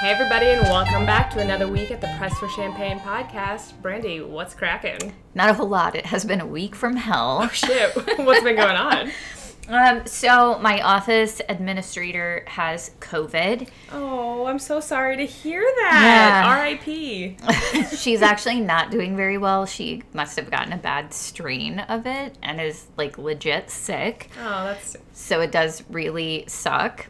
Hey everybody, and welcome back to another week at the Press for Champagne podcast. Brandy, what's cracking? Not a whole lot. It has been a week from hell. Shit, what's been going on? Um, so my office administrator has COVID. Oh, I'm so sorry to hear that. Yeah. R.I.P. She's actually not doing very well. She must have gotten a bad strain of it and is like legit sick. Oh, that's So it does really suck.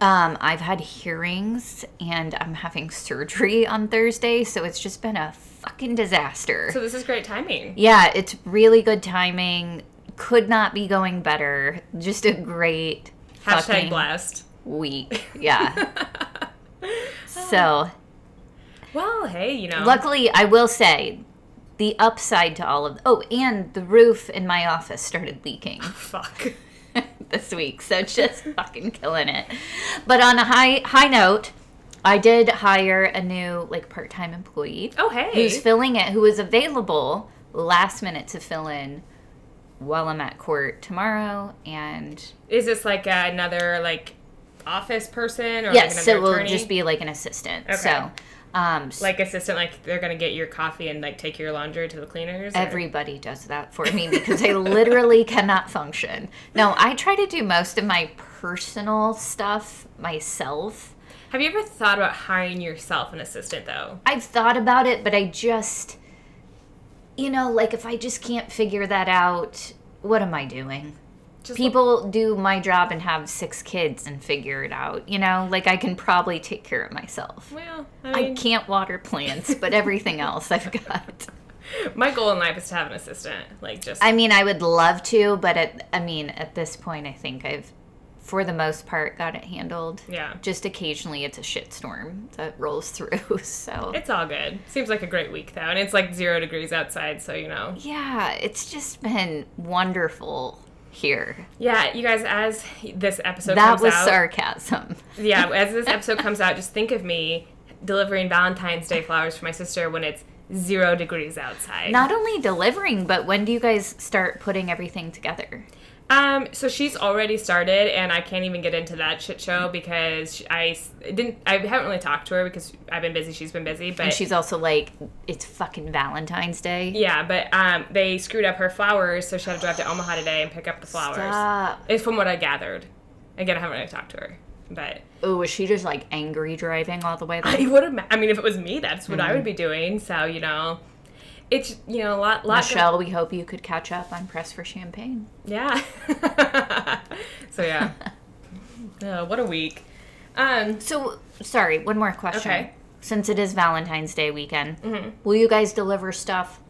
Um, I've had hearings and I'm having surgery on Thursday, so it's just been a fucking disaster. so. This is great timing. Yeah, it's really good timing. Could not be going better. Just a great Hashtag fucking blessed. week. Yeah. so, Well, hey, you know, luckily, I will say the upside to all of oh, and the roof in my office started leaking fuck. this week, so just fucking killing it. But on a high high note, I did hire a new like part time employee. Oh, hey. who's filling it, who is available last minute to fill in while I'm at court tomorrow. And is this like uh, another like office person or like yes, another so it will attorney? just be like an assistant. Okay. So, um, s- like assistant? Like they're gonna get your coffee and like take your laundry to the cleaners? or- everybody does that for me because I literally cannot function. No, I try to do most of my personal stuff myself. Have you ever thought about hiring yourself an assistant though? I've thought about it, but I just, you know, like if I just can't figure that out, what am I doing? Just People do my job and have six kids and figure it out, you know? Like I can probably take care of myself. Well, I I mean, can't water plants, but everything else I've got. my goal in life is to have an assistant. Like, just I mean, I would love to, but at, I mean, at this point, I think I've, for the most part, got it handled. yeah, Just occasionally it's a shitstorm that rolls through, so. it's all good. Seems like a great week though, and it's like zero degrees outside, so you know. Yeah, it's just been wonderful here. Yeah, you guys, as this episode that comes was out, sarcasm. yeah, as this episode comes out, just think of me delivering Valentine's Day flowers for my sister when it's zero degrees outside. Not only delivering, but when do you guys start putting everything together? Um, so she's already started, and I can't even get into that shit show because she- I s- didn't. I haven't really talked to her because I've been busy. She's been busy, but And she's also like, it's fucking Valentine's Day. yeah, but um, they screwed up her flowers, so she had to drive to Omaha today and pick up the flowers. Stop. It's from what I gathered. Again, I haven't really talked to her, but Oh, was she just like angry driving all the way there? I would. Ima- I mean, if it was me, that's what I would be doing. So you know, it's you know a lot. lot Michelle, we hope you could catch up on Press for Champagne. yeah. so yeah. Uh, what a week. Um, So, sorry, one more question. Okay. Mm-hmm. Since it is Valentine's Day weekend, will you guys deliver stuff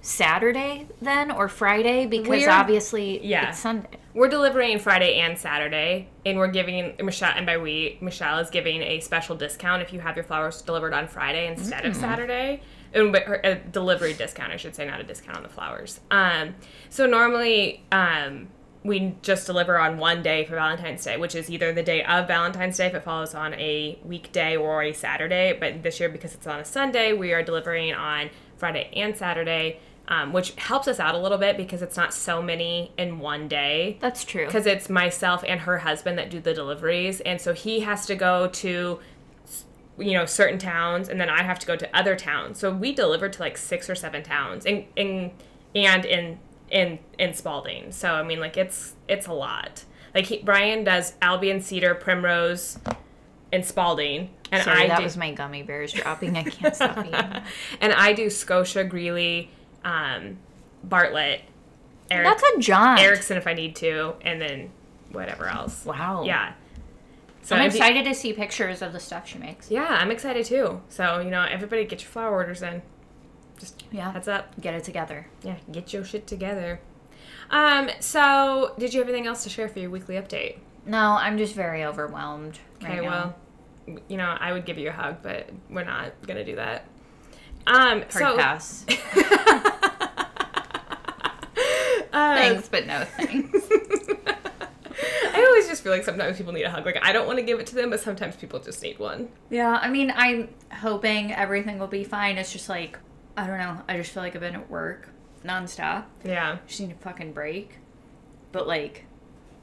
Saturday then or Friday? Because We're- obviously Yeah. it's Sunday. We're delivering Friday and Saturday, and we're giving Michelle and by we Michelle is giving a special discount if you have your flowers delivered on Friday instead of Saturday. And but her, a delivery discount, I should say, not a discount on the flowers. Um, so normally um, we just deliver on one day for Valentine's Day, which is either the day of Valentine's Day if it follows on a weekday or a Saturday. But this year, because it's on a Sunday, we are delivering on Friday and Saturday. Um, which helps us out a little bit because it's not so many in one day That's true. because it's myself and her husband that do the deliveries and so he has to go to you know certain towns and then i have to go to other towns so we deliver to like six or seven towns and in, and in in in spalding so i mean like it's it's a lot like he, brian does albion cedar primrose and spalding and Sorry, i that do, was my gummy bears dropping. I can't stop eating. them. and i do scotia greeley um, bartlett Eric, That's a John. erickson if i need to and then whatever else Wow. yeah so I'm if you- excited to see pictures of the stuff she makes. yeah, I'm excited too. So, you know, everybody get your flower orders in. Just Yeah. heads up. Get it together. Yeah, get your shit together. Um, so did you have anything else to share for your weekly update? No, I'm just very overwhelmed. Right okay, now. well, you know, I would give you a hug, but we're not gonna do that. Um, Hard so pass. uh, Thanks, but no thanks. I always just feel like sometimes people need a hug. Like I don't want to give it to them, but sometimes people just need one. yeah, I mean, I'm hoping everything will be fine. It's just like, I don't know. I just feel like I've been at work nonstop. Yeah. Just need a fucking break. But like,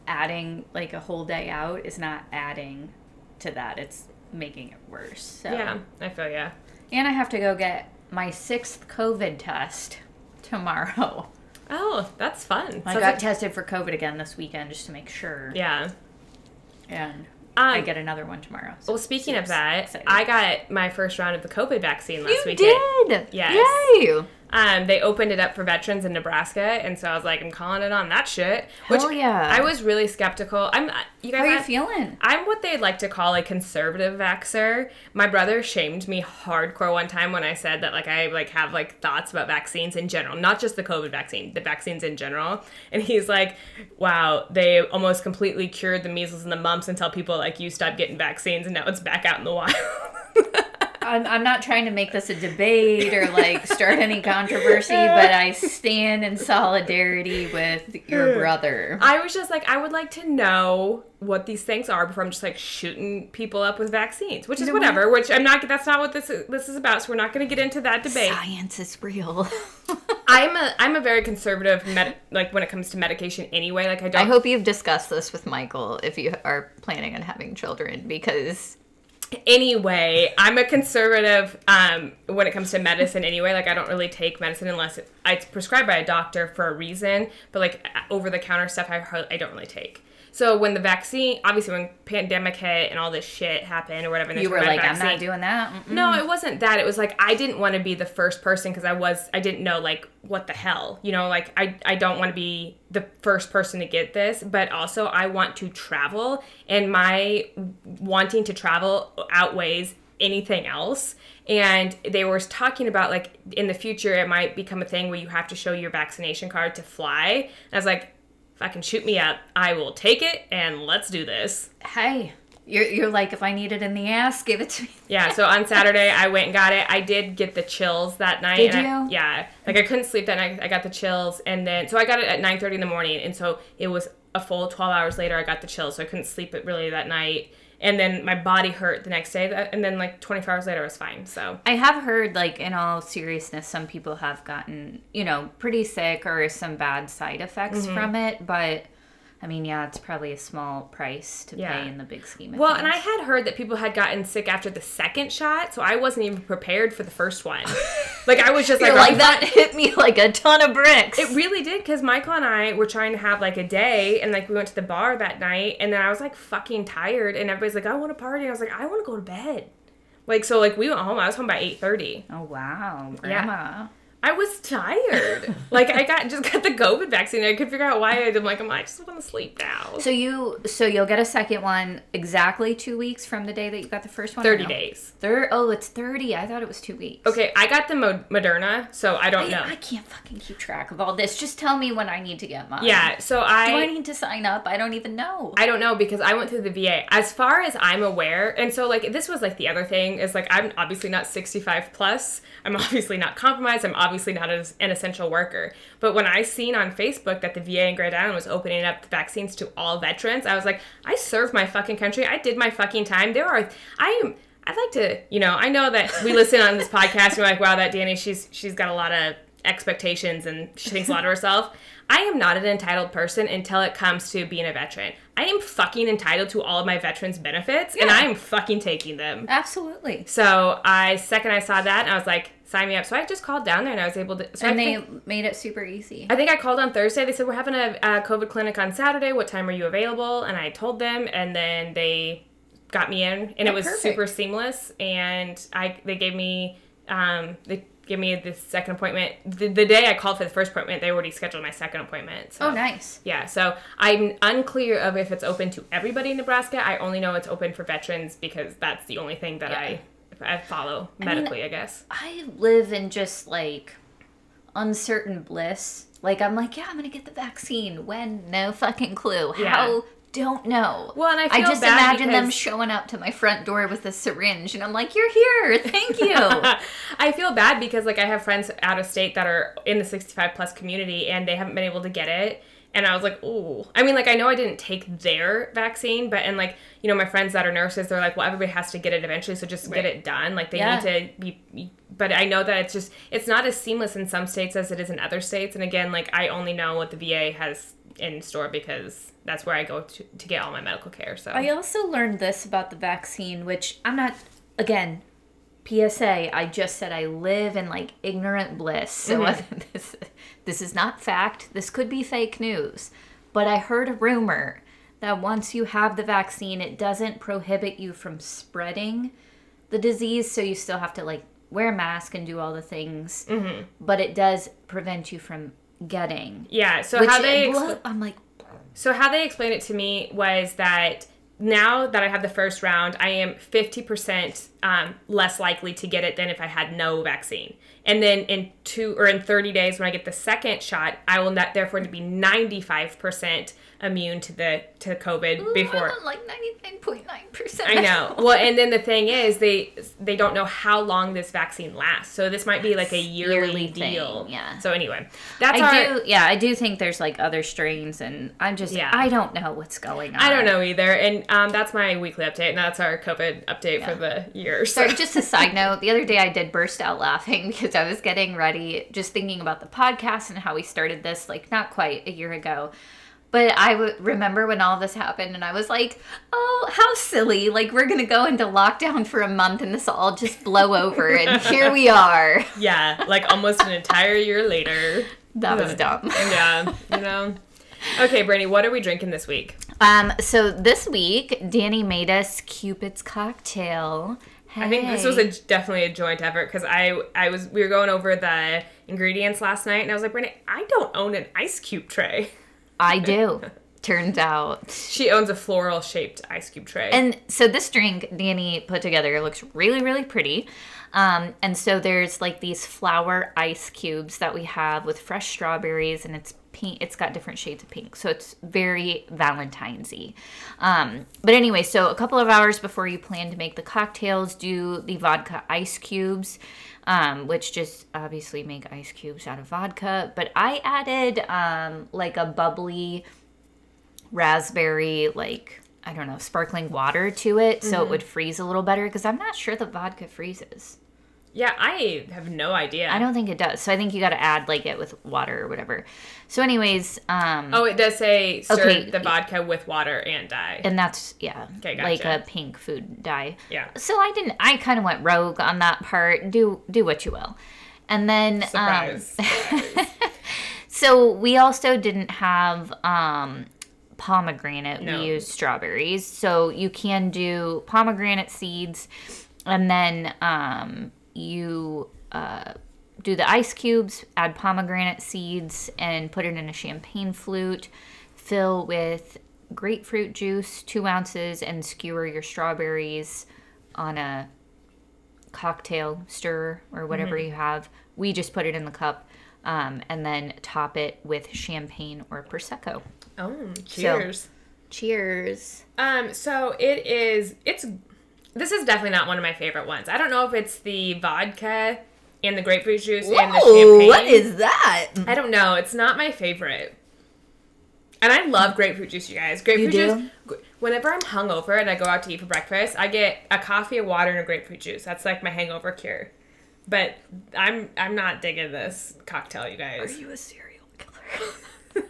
adding like a whole day out is not adding to that. It's making it worse. So. Yeah, I feel yeah. And I have to go get my sixth COVID test tomorrow. Oh, that's fun. I Sounds got like- tested for COVID again this weekend just to make sure. yeah. And Um, I get another one tomorrow. so well, speaking of super that, excited. I got my first round of the COVID vaccine last you weekend. did. Yes. Yay. Um, they opened it up for veterans in Nebraska, and so I was like, I'm calling it on that shit. Hell yeah. I was really skeptical. I'm I- you guys. How are you I- feeling? I'm what they like to call a conservative vaxer. My brother shamed me hardcore one time when I said that like I like have like thoughts about vaccines in general, not just the COVID vaccine, the vaccines in general. And he's like, "Wow, they almost completely cured the measles and the mumps until people like you stopped getting vaccines, and now it's back out in the wild." I'm, I'm not trying to make this a debate or like start any controversy, but I stand in solidarity with your brother. I was just like, I would like to know what these things are before I'm just like shooting people up with vaccines, which is know what? whatever. Which I'm not. That's not what this is, this is about. So we're not going to get into that debate. Science is real. I'm a I'm a very conservative med- like when it comes to medication anyway. Like I don't. I hope you've discussed this with Michael if you are planning on having children because anyway, I'm a conservative um, when it comes to medicine anyway. Like, I don't really take medicine unless it, it's prescribed by a doctor for a reason. But like over the counter stuff, I har- I don't really take. So when the vaccine, obviously when pandemic hit and all this shit happened or whatever, and they you were talked about like, I'm vaccine- not doing that. Mm-mm. No, it wasn't that. It was like I didn't want to be the first person because I was I didn't know like what the hell. You know, like I I don't want to be the first person to get this, but also I want to travel and my wanting to travel outweighs anything else. And they were talking about like in the future it might become a thing where you have to show your vaccination card to fly. And I was like, fucking shoot me up. I will take it and let's do this. Hey, you're, you're like, if I need it in the ass, give it to me. Yeah, so on Saturday I went and got it. I did get the chills that night. Did and I- you? yeah, like I couldn't sleep that night. I got the chills, and then so I got it at nine thirty in the morning, and so it was a full twelve hours later. I got the chills, so I couldn't sleep it really that night, and then my body hurt the next day, that- and then like twenty four hours later I was fine. So I have heard, like, in all seriousness, some people have gotten, you know, pretty sick or some bad side effects Mm-hmm. from it, but. I mean, yeah, it's probably a small price to Yeah. pay in the big scheme of well, things. and I had heard that people had gotten sick after the second shot, so I wasn't even prepared for the first one. like I was just You're like like, that hit me like a ton of bricks. It really did because Michael and I were trying to have like a day, and like we went to the bar that night, and then I was like fucking tired, and everybody's like, "I want to party," and I was like, "I want to go to bed." Like so, like we went home. I was home by eight thirty. oh wow, Yeah. grandma. I was tired. like I got just got the COVID vaccine. I could figure out why I did. I'm like, I'm like, I just want to sleep now. So you, so you'll get a second one exactly two weeks from the day that you got the first one. or Thirty no? days. Thir- oh, it's thirty. I thought it was two weeks. Okay, I got the Mo- Moderna, so I don't know. I can't fucking keep track of all this. Just tell me when I need to get mine. yeah, so Do I need to sign up? I don't even know. I don't know because I went through the VA. As far as I'm aware, and so like this was like the other thing is like I'm obviously not 65 plus. I'm obviously not compromised. I'm obviously not as an essential worker. But when I seen on Facebook that the VA in Grand Island was opening up the vaccines to all veterans, I was like, I served my fucking country. I did my fucking time. There are I am I'd like to, you know, I know that we listen on this podcast and we're like, wow, that Danny, she's she's got a lot of expectations and she thinks a lot of herself. I am not an entitled person until it comes to being a veteran. I am fucking entitled to all of my veterans benefits and Yeah. I am fucking taking them. Absolutely. So I second I saw that and I was like, sign me up. So I just called down there and I was able to so And I they think- made it super easy. I think I called on Thursday. They said we're having a, uh COVID clinic on Saturday. What time are you available? And I told them, and then they got me in, and Oh, it was perfect. super seamless. And I they gave me um, they gave me the second appointment. The, the day I called for the first appointment, they already scheduled my second appointment. So. Oh, nice. Yeah, so I'm unclear of if it's open to everybody in Nebraska. I only know it's open for veterans because that's the only thing that I I follow medically, I, guess. I live in just like uncertain bliss. Like I'm like, yeah, I'm gonna get the vaccine. When? No fucking clue. Yeah. How? Don't know. Well, and I feel just bad imagine them because- showing up to my front door with a syringe, and I'm like, "You're here. Thank you." I feel bad because like I have friends out of state that are in the 65 plus community and they haven't been able to get it. And I was like, ooh. I mean, like I know I didn't take their vaccine, but and like you know my friends that are nurses, they're like, well, everybody has to get it eventually, so just Right. get it done. Like they Yeah. need to be. But I know that it's just it's not as seamless in some states as it is in other states. And again, like I only know what the VA has in store because that's where I go to, to get all my medical care. So I also learned this about the vaccine, which I'm not, again, PSA, I just said I live in like ignorant bliss. So Mm-hmm. whether this, this is not fact. This could be fake news. But I heard a rumor that once you have the vaccine, it doesn't prohibit you from spreading the disease. So you still have to like wear a mask and do all the things. Mm-hmm. But it does prevent you from getting. yeah. So Which how they blow- expl- I'm like, so how they explained it to me was that now that I have the first round, I am fifty percent um, less likely to get it than if I had no vaccine. And then in two or in thirty days, when I get the second shot, I will not therefore be ninety five percent immune to the to COVID before. I'm like 99.9%. I know. Well, and then the thing is, they they don't know how long this vaccine lasts. So this might be like a yearly, Yearly thing, deal. yeah. So anyway, that's our. I do, yeah, I do think there's like other strains, and I'm just, Yeah. I don't know what's going on. I don't know either, and um, that's my weekly update, and that's our COVID update for the year. So. Sorry, just a side note. The other day I did burst out laughing because I was getting ready, just thinking about the podcast and how we started this, like not quite a year ago. But I w- remember when all this happened and I was like, oh, how silly. Like, we're going to go into lockdown for a month and this will all just blow over. and here we are. yeah, like almost an entire year later. That was dumb. Yeah, you know. Okay, Brandy, what are we drinking this week? Um, so this week, Danny made us Cupid's cocktail. I think this was a definitely a joint effort because I I was we were going over the ingredients last night, and I was like, Brandy, I don't own an ice cube tray. I do. Turns out. She owns a floral shaped ice cube tray. And so this drink Danny put together looks really, really pretty. Um, and so there's like these flower ice cubes that we have with fresh strawberries, and it's pink. It's got different shades of pink, so it's very Valentine's-y. Um, but anyway, so a couple of hours before you plan to make the cocktails, do the vodka ice cubes, um, which just obviously make ice cubes out of vodka. But I added um, like a bubbly raspberry like I don't know sparkling water to it so it Mm-hmm. would freeze a little better because I'm not sure the vodka freezes. yeah, I have no idea. I don't think it does. So I think you got to add like it with water or whatever. So anyways, um Oh, it does say stir Okay. the vodka with water and dye. and that's yeah, Okay, like gotcha. a pink food dye. Yeah. So I didn't I kind of went rogue on that part. Do do what you will. And then um, Surprise. So we also didn't have um, pomegranate. No. We used strawberries. So you can do pomegranate seeds, and then um, you uh, do the ice cubes, add pomegranate seeds, and put it in a champagne flute. Fill with grapefruit juice, two ounces, and skewer your strawberries on a cocktail stirrer or whatever you have. We just put it in the cup um, and then top it with champagne or prosecco. oh, cheers. Cheers. Um, so it is. It's. This is definitely not one of my favorite ones. I don't know if it's the vodka and the grapefruit juice and the champagne. that? I don't know. It's not my favorite. And I love grapefruit juice, you guys. Grapefruit do? juice. gr- Whenever I'm hungover and I go out to eat for breakfast, I get a coffee, a water, and a grapefruit juice. That's like my hangover cure. But I'm I'm not digging this cocktail, you guys. you a serial killer?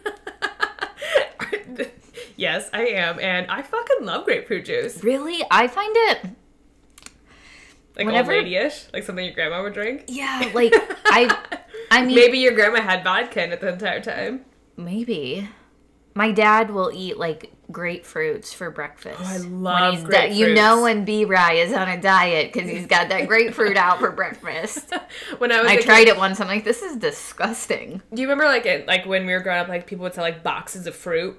yes, I am, and I fucking love grapefruit juice. really? I find it. Like Whenever- old lady-ish, like something your grandma would drink. Yeah, like I. I mean, Maybe your grandma had vodka in it the entire time. Maybe. My dad will eat like grapefruits for breakfast. Oh, I love you grapefruits. know when B. Rye is on a diet because he's got that grapefruit out for breakfast. When I was, I a tried it once. I'm like, this is disgusting. kid- do you remember like it, like when we were growing up, like people would sell like boxes of fruit.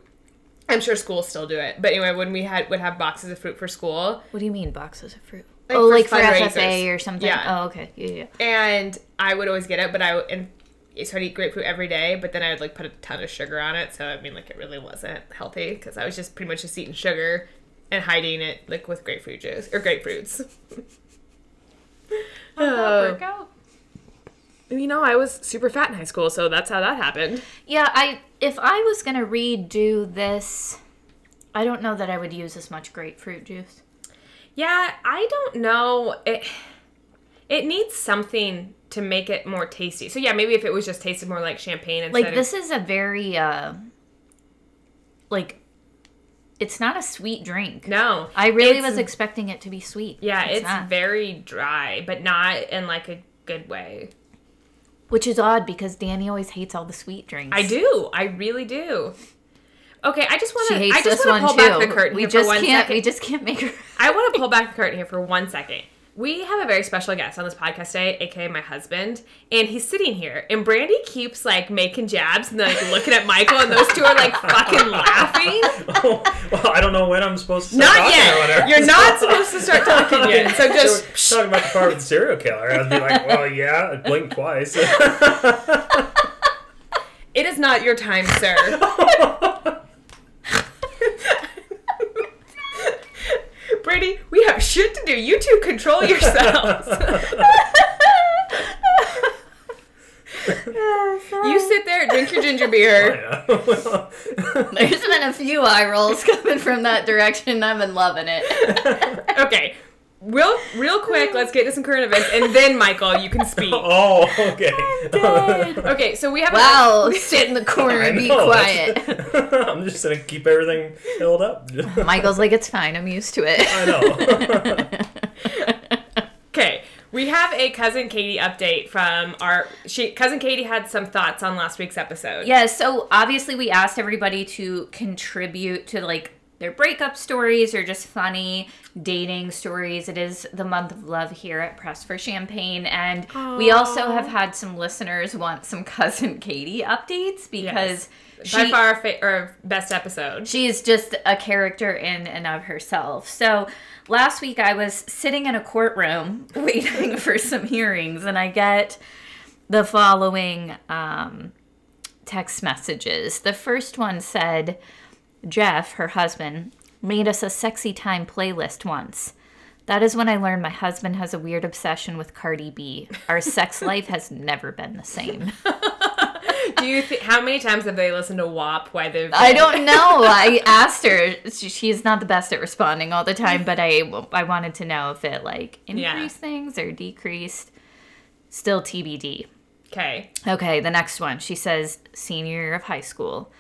I'm sure schools still do it, but anyway, when we had would have boxes of fruit for school, What do you mean boxes of fruit? Like oh, for like for fundraisers. FFA or something. Yeah. Oh, okay. Yeah, yeah. and I would always get it, but I would- and so I'd eat grapefruit every day, but then I would like put a ton of sugar on it, so I mean like it really wasn't healthy because I was just pretty much just eating sugar and hiding it like with grapefruit juice or grapefruits. oh, out. Um, you know I was super fat in high school, so that's how that happened. Yeah, I if I was gonna redo this, I don't know that I would use as much grapefruit juice. Yeah, I don't know. It it needs something to make it more tasty. So yeah, maybe if it was just tasted more like champagne instead Like this is a very uh like it's not a sweet drink. No, I really It's- was expecting it to be sweet. Yeah, it's, not. very dry, but not in like a good way. which is odd because Danny always hates all the sweet drinks. I do. I really do. Okay, I just want She to. hates I just this want one to pull too. back the curtain we here just for one second. can't. We just can't make her. I want to pull back the curtain here for one second. We have a very special guest on this podcast today, aka my husband, and he's sitting here. And Brandy keeps like making jabs and like looking at Michael, and those two are like fucking laughing. well, I don't know when I'm supposed to start Not talking about yet. her. You're not supposed to start talking yet. So just So we're talking about the part with the serial killer. I'd be like, well, yeah, I blinked twice. It is not your time, sir. Brady, we have shit to do. You two control yourselves. you sit there, drink your ginger beer. There's been a few eye rolls coming from that direction. I've been loving it. Okay. Real real quick, let's get to some current events and then Michael, you can speak. oh, okay. Okay, so we have a- Wow, sit in the corner I and be know, that's- quiet. I'm just gonna keep everything held up. Michael's like, it's fine. I'm used to it. I know. Okay, we have a cousin Katie update from our she cousin Katie had some thoughts on last week's episode. Yeah, so obviously we asked everybody to contribute to like their breakup stories or just funny dating stories. It is the month of love here at Press for Champagne. And we also have had some listeners want some cousin Katie updates because By she- far our, fa- our best episode. she is just a character in and of herself. So last week I was sitting in a courtroom waiting for some hearings, and I get the following um, text messages. The first one said, Jeff, her husband, made us a sexy time playlist once. That is when I learned my husband has a weird obsession with Cardi B. Our sex life has never been the same. Do you thi- how many times have they listened to WAP? Why they've I don't know. I asked her. She, she's not the best at responding all the time, but I I wanted to know if it like increased Yeah. things or decreased. Still TBD. Okay. Okay, the next one. She says senior year of high school.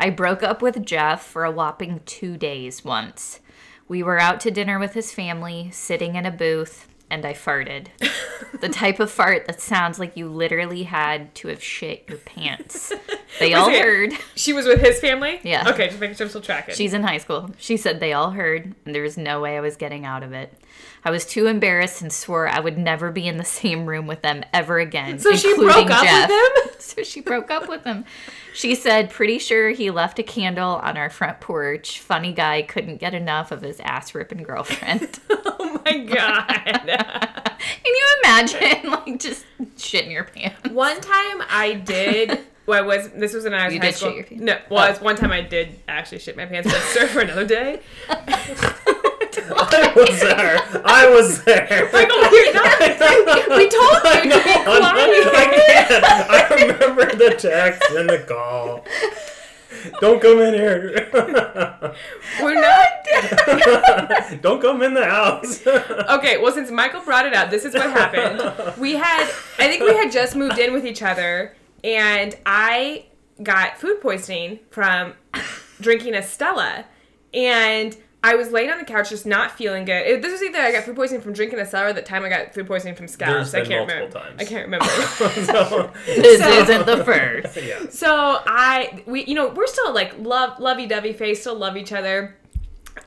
I broke up with Jeff for a whopping 2 days once. We were out to dinner with his family, sitting in a booth, and I farted. the type of fart that sounds like you literally had to have shit your pants. They all second. heard. She was with his family? Yeah. Okay, just making sure I'm still tracking. She's in high school. She said they all heard, and there was no way I was getting out of it. I was too embarrassed and swore I would never be in the same room with them ever again. so she including broke up Jeff. with him? So she broke up with him. She said, pretty sure he left a candle on our front porch. Funny guy couldn't get enough of his ass ripping girlfriend. Oh my god. Can you imagine, like, just shit in your pants? one time I did well, I was this was when I was You in high did shit school. your pants? Oh. No, well, it's one time I did actually shit my pants, but serve for another day. I was there. I was there. Michael, you're not- we told you I to know. be quiet. I can't. I remember the text and the call. Don't come in here. We're not Don't come in the house. Okay, well, since Michael brought it up, this is what happened. We had, I think we had just moved in with each other, and I got food poisoning from drinking a Stella. And I was laying on the couch, just not feeling good. It- this was either I got food poisoning from drinking a Stella or the time I got food poisoning from scallops. There's been I can't multiple remember. times. I can't remember. So, This isn't the first. yeah. so I, we, you know, we're still like love, lovey dovey face, still love each other.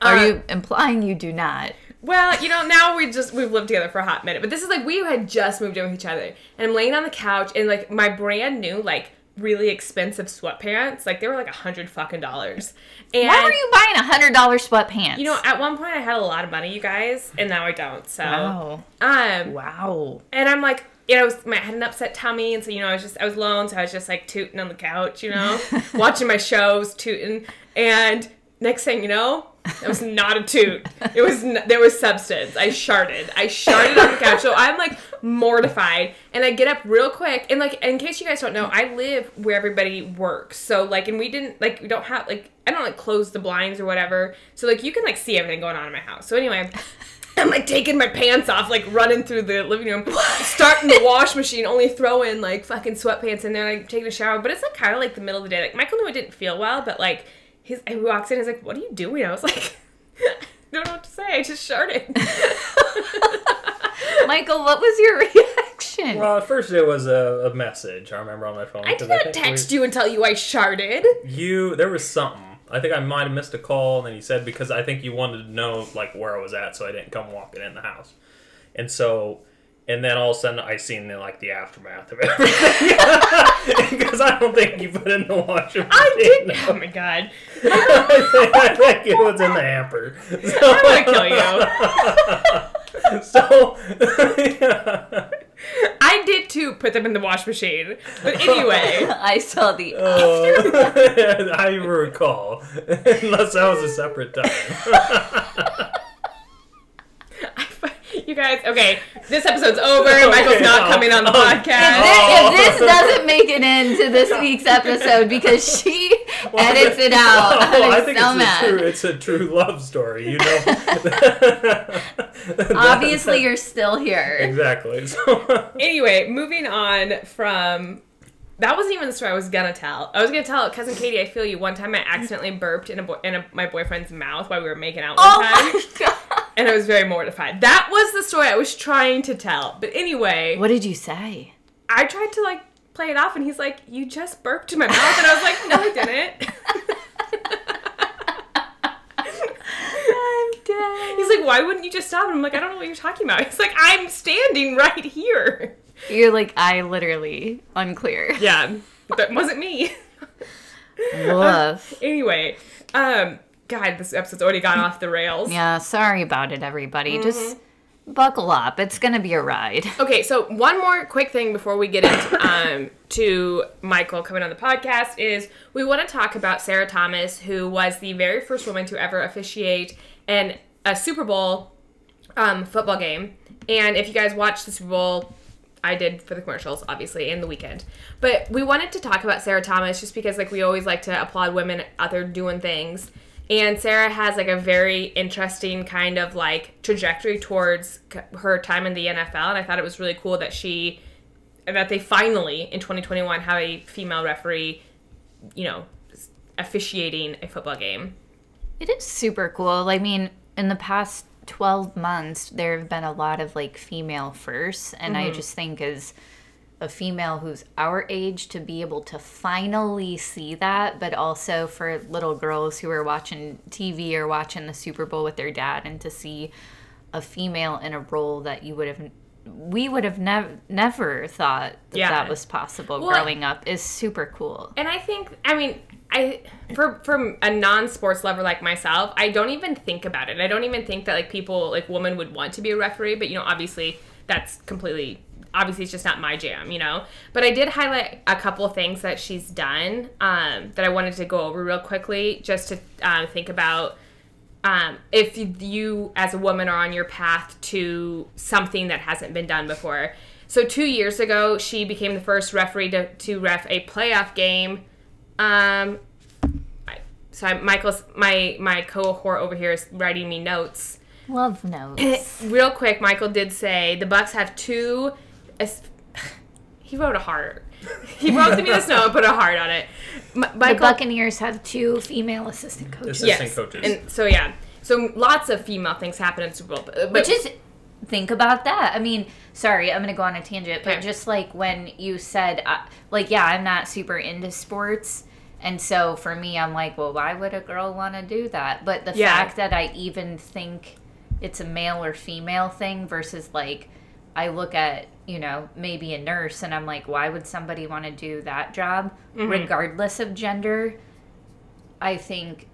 Are Uh, you implying you do not? Well, you know, now we just we've lived together for a hot minute, but this is like we had just moved in with each other, and I'm laying on the couch in like my brand new like really expensive sweatpants, like they were like a hundred fucking dollars. And Why were you buying a hundred dollar sweatpants? You know, at one point I had a lot of money, you guys, and now I don't. So, Uh, wow, um, wow. and I'm like, you know, I, was, my, I had an upset tummy, and so you know, I was just I was alone, so I was just like tooting on the couch, you know, watching my shows, tooting, and next thing you know, it was not a toot. It was n- there was substance. I sharted. I sharted on the couch, so I'm like mortified, and I get up real quick, and like in case you guys don't know, I live where everybody works, so like, and we didn't like we don't have like I don't like close the blinds or whatever, so like you can like see everything going on in my house. So anyway. I'm like taking my pants off, like running through the living room, starting the wash machine, only throw in like fucking sweatpants in there, like taking a shower. But it's like kind of like the middle of the day. Like Michael knew I didn't feel well, but like he's he walks in. He's like, "What are you doing?" I was like, "I don't know what to say. I just sharted." Michael, what was your reaction? Well, at uh, first it was a, a message. I remember on my phone. I did not text you and tell you I sharted. You there was something. I think I might have missed a call, and then you said because I think you wanted to know like where I was at, so I didn't come walking in the house. And so, and then all of a sudden I seen the, like the aftermath of everything because I don't think you put in the washing. I machine. did. Oh my god! I think it was in the hamper. So, I'm gonna kill you. So, I did too. Put them in the wash machine. But anyway, I saw the uh, I recall, unless that was a separate time. you guys. Okay, this episode's over. Michael's not no. coming on the Oh. podcast. If this doesn't make it into this week's episode because she edits it out, Well, Oh, I I'm think so it's mad. a true, it's a true love story, you know. Obviously, you're still here. exactly. So, Anyway, moving on from that wasn't even the story I was gonna tell. I was gonna tell cousin Katie, I feel you. One time, I accidentally burped in a boy in a, my boyfriend's mouth while we were making out one Oh time, my god! and I was very mortified. That was the story I was trying to tell. But anyway, What did you say? I tried to like play it off, and he's like, "You just burped in my mouth," and I was like, "No, I didn't." I'm dead. He's like, "Why wouldn't you just stop?" And I'm like, "I don't know what you're talking about." He's like, "I'm standing right here." You're like I literally unclear. Yeah, that wasn't me. Woof. anyway, um, God, this episode's already gone off the rails. Yeah, sorry about it, everybody. Just Mm-hmm. buckle up. It's gonna be a ride. Okay, so one more quick thing before we get into um, to Michael coming on the podcast is we want to talk about Sarah Thomas, who was the very first woman to ever officiate an a Super Bowl um, football game. And if you guys watched the Super Bowl, I did for the commercials, obviously, and the weekend. But we wanted to talk about Sarah Thomas just because, like, we always like to applaud women out there doing things. And Sarah has, like, a very interesting kind of, like, trajectory towards c- her time in the NFL. And I thought it was really cool that she, that they finally, in 2021, have a female referee, you know, s- officiating a football game. It is super cool. I mean, in the past 12 months, there have been a lot of like female firsts, and Mm-hmm. I just think as a female who's our age to be able to finally see that, but also for little girls who are watching TV or watching the Super Bowl with their dad and to see a female in a role that you would have we would have never never thought that Yeah. that was possible Well, growing up is super cool. And I think, I mean, I for from a non-sports lover like myself, I don't even think about it. I don't even think that like people like women would want to be a referee, but you know, obviously that's completely obviously it's just not my jam, you know. But I did highlight a couple things that she's done um, that I wanted to go over real quickly just to um, think about um, if you, you as a woman are on your path to something that hasn't been done before. So two years ago, she became the first referee to, to ref a playoff game. Um, I- so I, Michael's my my cohort over here is writing me notes. Love notes. Real quick, Michael did say the Bucks have two. es- He wrote a heart. He wrote to me this note and put a heart on it. M- The Michael Buccaneers have two female assistant coaches. Assistant coaches. And so yeah, so lots of female things happen in Super Bowl, but, Which is, think about that. I mean, sorry, I'm going to go on a tangent, but Okay. just like when you said, uh, like, yeah, I'm not super into sports. And so for me, I'm like, well, why would a girl want to do that? But the Yeah. fact that I even think it's a male or female thing versus like, I look at, you know, maybe a nurse and I'm like, why would somebody want to do that job Mm-hmm. regardless of gender? I think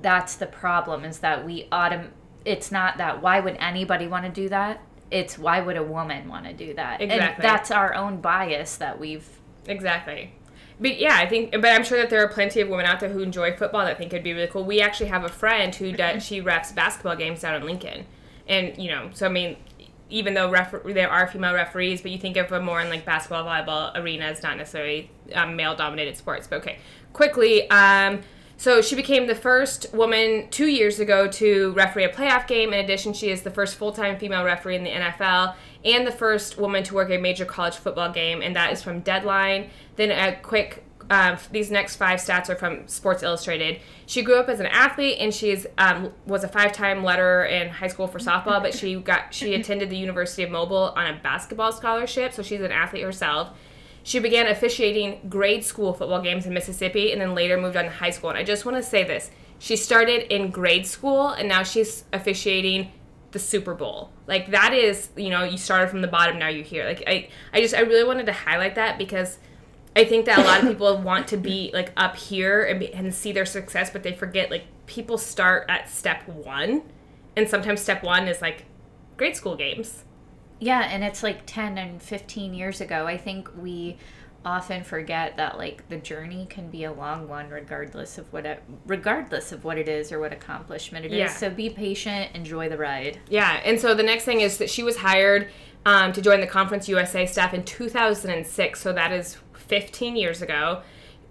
that's the problem is that we autom it's not that why would anybody want to do that? It's why would a woman want to do that? And Exactly. that's our own bias that we've Exactly. But yeah, I think, but I'm sure that there are plenty of women out there who enjoy football that think it'd be really cool. We actually have a friend who does, she refs basketball games down in Lincoln. And, you know, so I mean, even though refer- there are female referees, but you think of them more in like basketball, volleyball arenas, not necessarily um, male dominated sports. But okay, quickly. Um, so she became the first woman two years ago to referee a playoff game. In addition, she is the first full time female referee in the NFL and the first woman to work a major college football game, and that is from Deadline. Then a quick um, these next five stats are from Sports Illustrated. She grew up as an athlete, and she's um, was a five-time letterer in high school for softball. But she got she attended the University of Mobile on a basketball scholarship, so she's an athlete herself. She began officiating grade school football games in Mississippi, and then later moved on to high school. And I just want to say this: she started in grade school, and now she's officiating the Super Bowl. Like that is, you know, you started from the bottom, now you're here. Like I, I just, I really wanted to highlight that because I think that a lot of people want to be like up here and, be, and see their success, but they forget like people start at step one, and sometimes step one is like grade school games. Yeah, and it's like 10 and 15 years ago. I think we often forget that like the journey can be a long one regardless of what it, regardless of what it is or what accomplishment it is. Yeah. So be patient, enjoy the ride. Yeah, and so the next thing is that she was hired um, to join the Conference USA staff in 2006, so that is 15 years ago.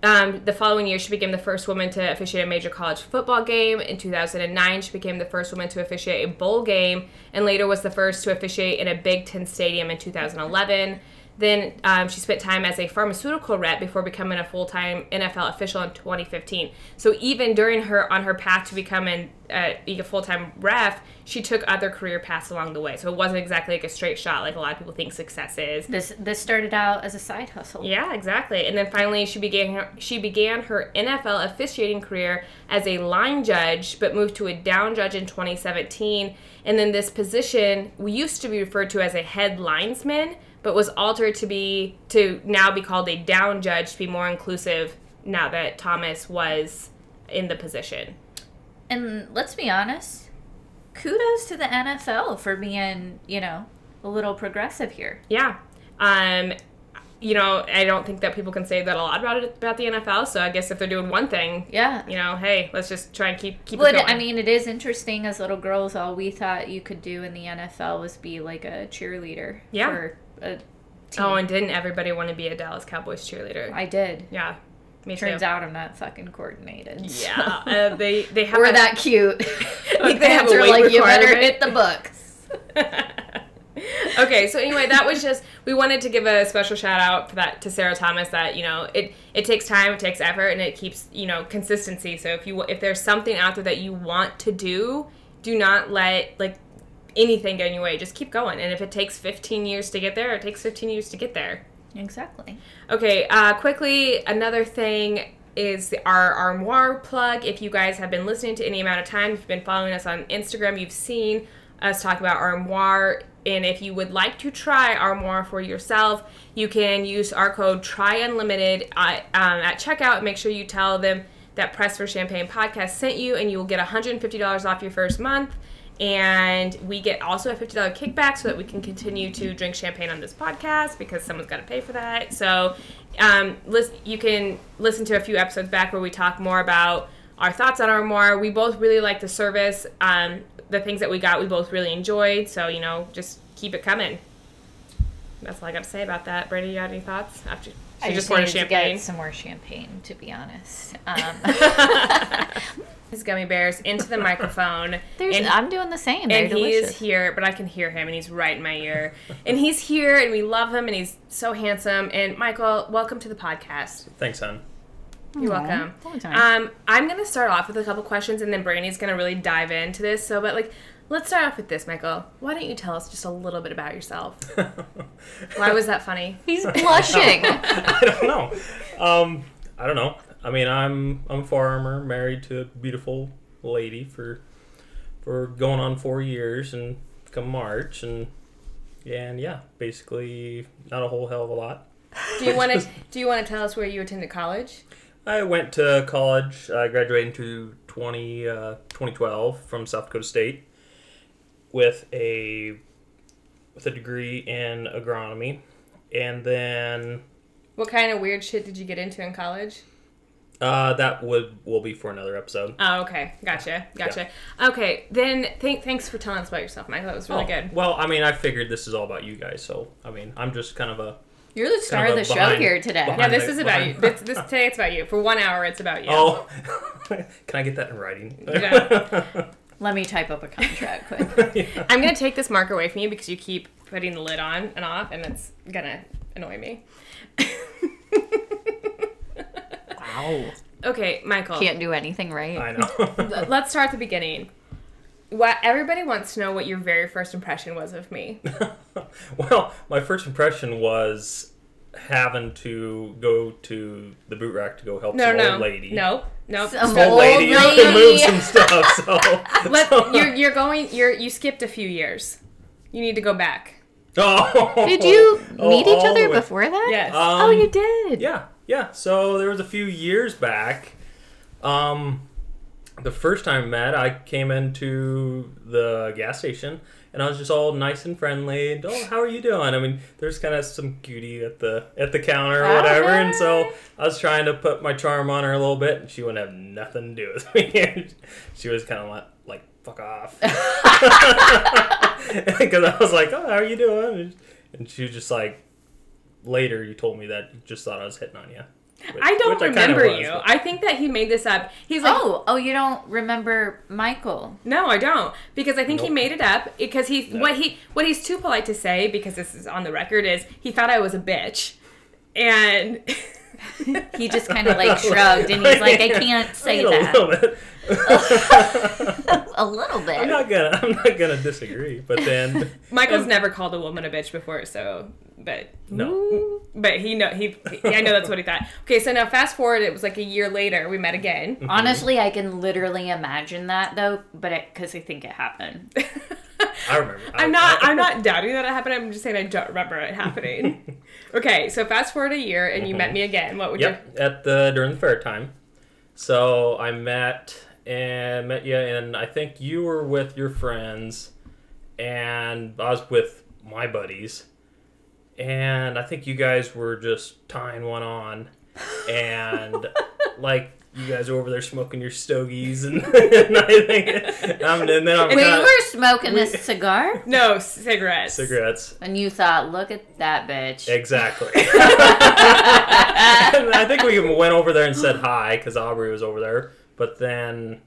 Um, the following year, she became the first woman to officiate a major college football game. In 2009, she became the first woman to officiate a bowl game, and later was the first to officiate in a Big Ten stadium in 2011. Then um, she spent time as a pharmaceutical rep before becoming a full time NFL official in 2015. So even during her on her path to becoming uh, a full time ref, she took other career paths along the way. So it wasn't exactly like a straight shot like a lot of people think success is. This this started out as a side hustle. Yeah, exactly. And then finally, she began her, she began her NFL officiating career as a line judge, but moved to a down judge in 2017. And then this position used to be referred to as a head linesman, but was altered to be to now be called a down judge to be more inclusive. Now that Thomas was in the position, And let's be honest, kudos to the NFL for being, you know, a little progressive here. yeah. Um, you know, I don't think that people can say that a lot about it about the NFL. So I guess if they're doing one thing. Yeah. You know, hey, let's just try and keep keep Well, it going. I mean, it is interesting. As little girls, all we thought you could do in the NFL was be like a cheerleader. Yeah. For uh, a team. Oh, and didn't everybody want to be a Dallas Cowboys cheerleader? I did. yeah, me Turns too. out I'm not fucking coordinated. Yeah, uh, they they have We're a- that cute. they Like, the have parents a are weight like, you better requirement." hit the books. okay, so anyway, that was just we wanted to give a special shout out for that to Sarah Thomas. That you know, it it takes time, it takes effort, and it keeps you know consistency. So if you if there's something out there that you want to do, do not let like anything get in your way. Just keep going, and if it takes 15 years to get there, it takes 15 years to get there. Exactly. Okay, uh, quickly, another thing is our armoire plug. If you guys have been listening to any amount of time, if you've been following us on Instagram, you've seen us talk about armoire. And if you would like to try armoire for yourself, you can use our code try unlimited at, um, at checkout. Make sure you tell them that Press for Champagne podcast sent you, and you will get $150 off your first month. And we get also a $50 kickback so that we can continue to drink champagne on this podcast because someone's got to pay for that. So um, lis- you can listen to a few episodes back where we talk more about our thoughts on Armoire. We both really like the service. Um, the things that we got, we both really enjoyed. So, you know, just keep it coming. That's all I got to say about that. Brady, you got any thoughts? After, she I just, wanted wanted to get some more champagne, to be honest. Um, his gummy bears into the microphone. there's, and, I'm doing the same. They're and he delicious. is here, but I can hear him, and he's right in my ear. and he's here, and we love him, and he's so handsome. And Michael, welcome to the podcast. Thanks, hon. You're Aw, welcome. anytime. Um, I'm gonna start off with a couple questions, and then Brandy's gonna really dive into this. So, but like, let's start off with this, Michael. Why don't you tell us just a little bit about yourself? Why was that funny? He's blushing. I don't know. Um, I don't know. I mean, I'm I'm a farmer, married to a beautiful lady for for going on four years, and come March, and and yeah, basically not a whole hell of a lot. Do you want to do you want to tell us where you attended college? I went to college. I graduated in 20, uh, 2012 from South Dakota State with a with a degree in agronomy, and then What kind of weird shit did you get into in college? uh, that would will be for another episode. Oh, okay, gotcha, gotcha. Okay, then thank thanks for telling us about yourself, Michael. That was really Oh, good. Well, I mean, I figured this is all about you guys, so I mean, I'm just kind of a. You're the star of Kind the of show behind- here today. behind- Yeah, I'm this like, is about you. fine. This, this today it's about you. For one hour, it's about you. Oh, can I get that in writing? Yeah. Let me type up a contract quick. I'm gonna take this marker away from you because you keep putting the lid on and off, and it's gonna annoy me. Wow. Okay, Michael. Can't do anything right. I know. L- Let's start at the beginning. What everybody wants to know what your very first impression was of me. well, my first impression was having to go to the boot rack to go help No, some no, old lady. no, no. Some Old lady, Old had to move lady. some stuff. So, Let, so- you're you're going. You're you skipped a few years. You need to go back. Oh. Did you Oh, meet each all the other way- before that? Yes. Um, oh, you did. Yeah, yeah. So there was a few years back. Um, the first time I met, I came into the gas station and I was just all nice and friendly. And, oh, how are you doing? I mean, there's kind of some cutie at the at the counter or whatever, and so I was trying to put my charm on her a little bit, and she wouldn't have nothing to do with me. she was kind of like, like fuck off, because I was like, oh, how are you doing? And- And she was just like, later you told me that you just thought I was hitting on you. Which- I don't which kinda remember was, you. but- I think that he made this up. He's like, Oh, oh, you don't remember Michael? No, I don't, because I think he Nope. made it up. Because he what he what he's too polite to say because this is on the record is he thought I was a bitch, and He just kind of like shrugged and he's like, I can't say a that. little bit. A little I'm bit. not gonna. I'm not gonna disagree. But then, Michael's never called a woman a bitch before, so but no. but he know he I know that's what he thought. Okay, so now fast forward, it was like a year later we met again. Mm. Honestly, I can literally imagine that though, but because I think it happened. I remember. I, I'm not. I, I'm not doubting that it happened. I'm just saying I don't remember it happening. okay, so fast forward a year and you met me again. What would Mm-hmm. Yep. At the during the fair time, so I met and met you, and I think you were with your friends, and I was with my buddies, and I think you guys were just tying one on, and like. You guys were over there smoking your stogies, and, and I think, um, and then I'm We kinda- were smoking a cigar, you? No cigarettes. cigarettes. and you thought, "Look at that bitch." Exactly. And I think we even went over there and said hi because Aubrey was over there. But then,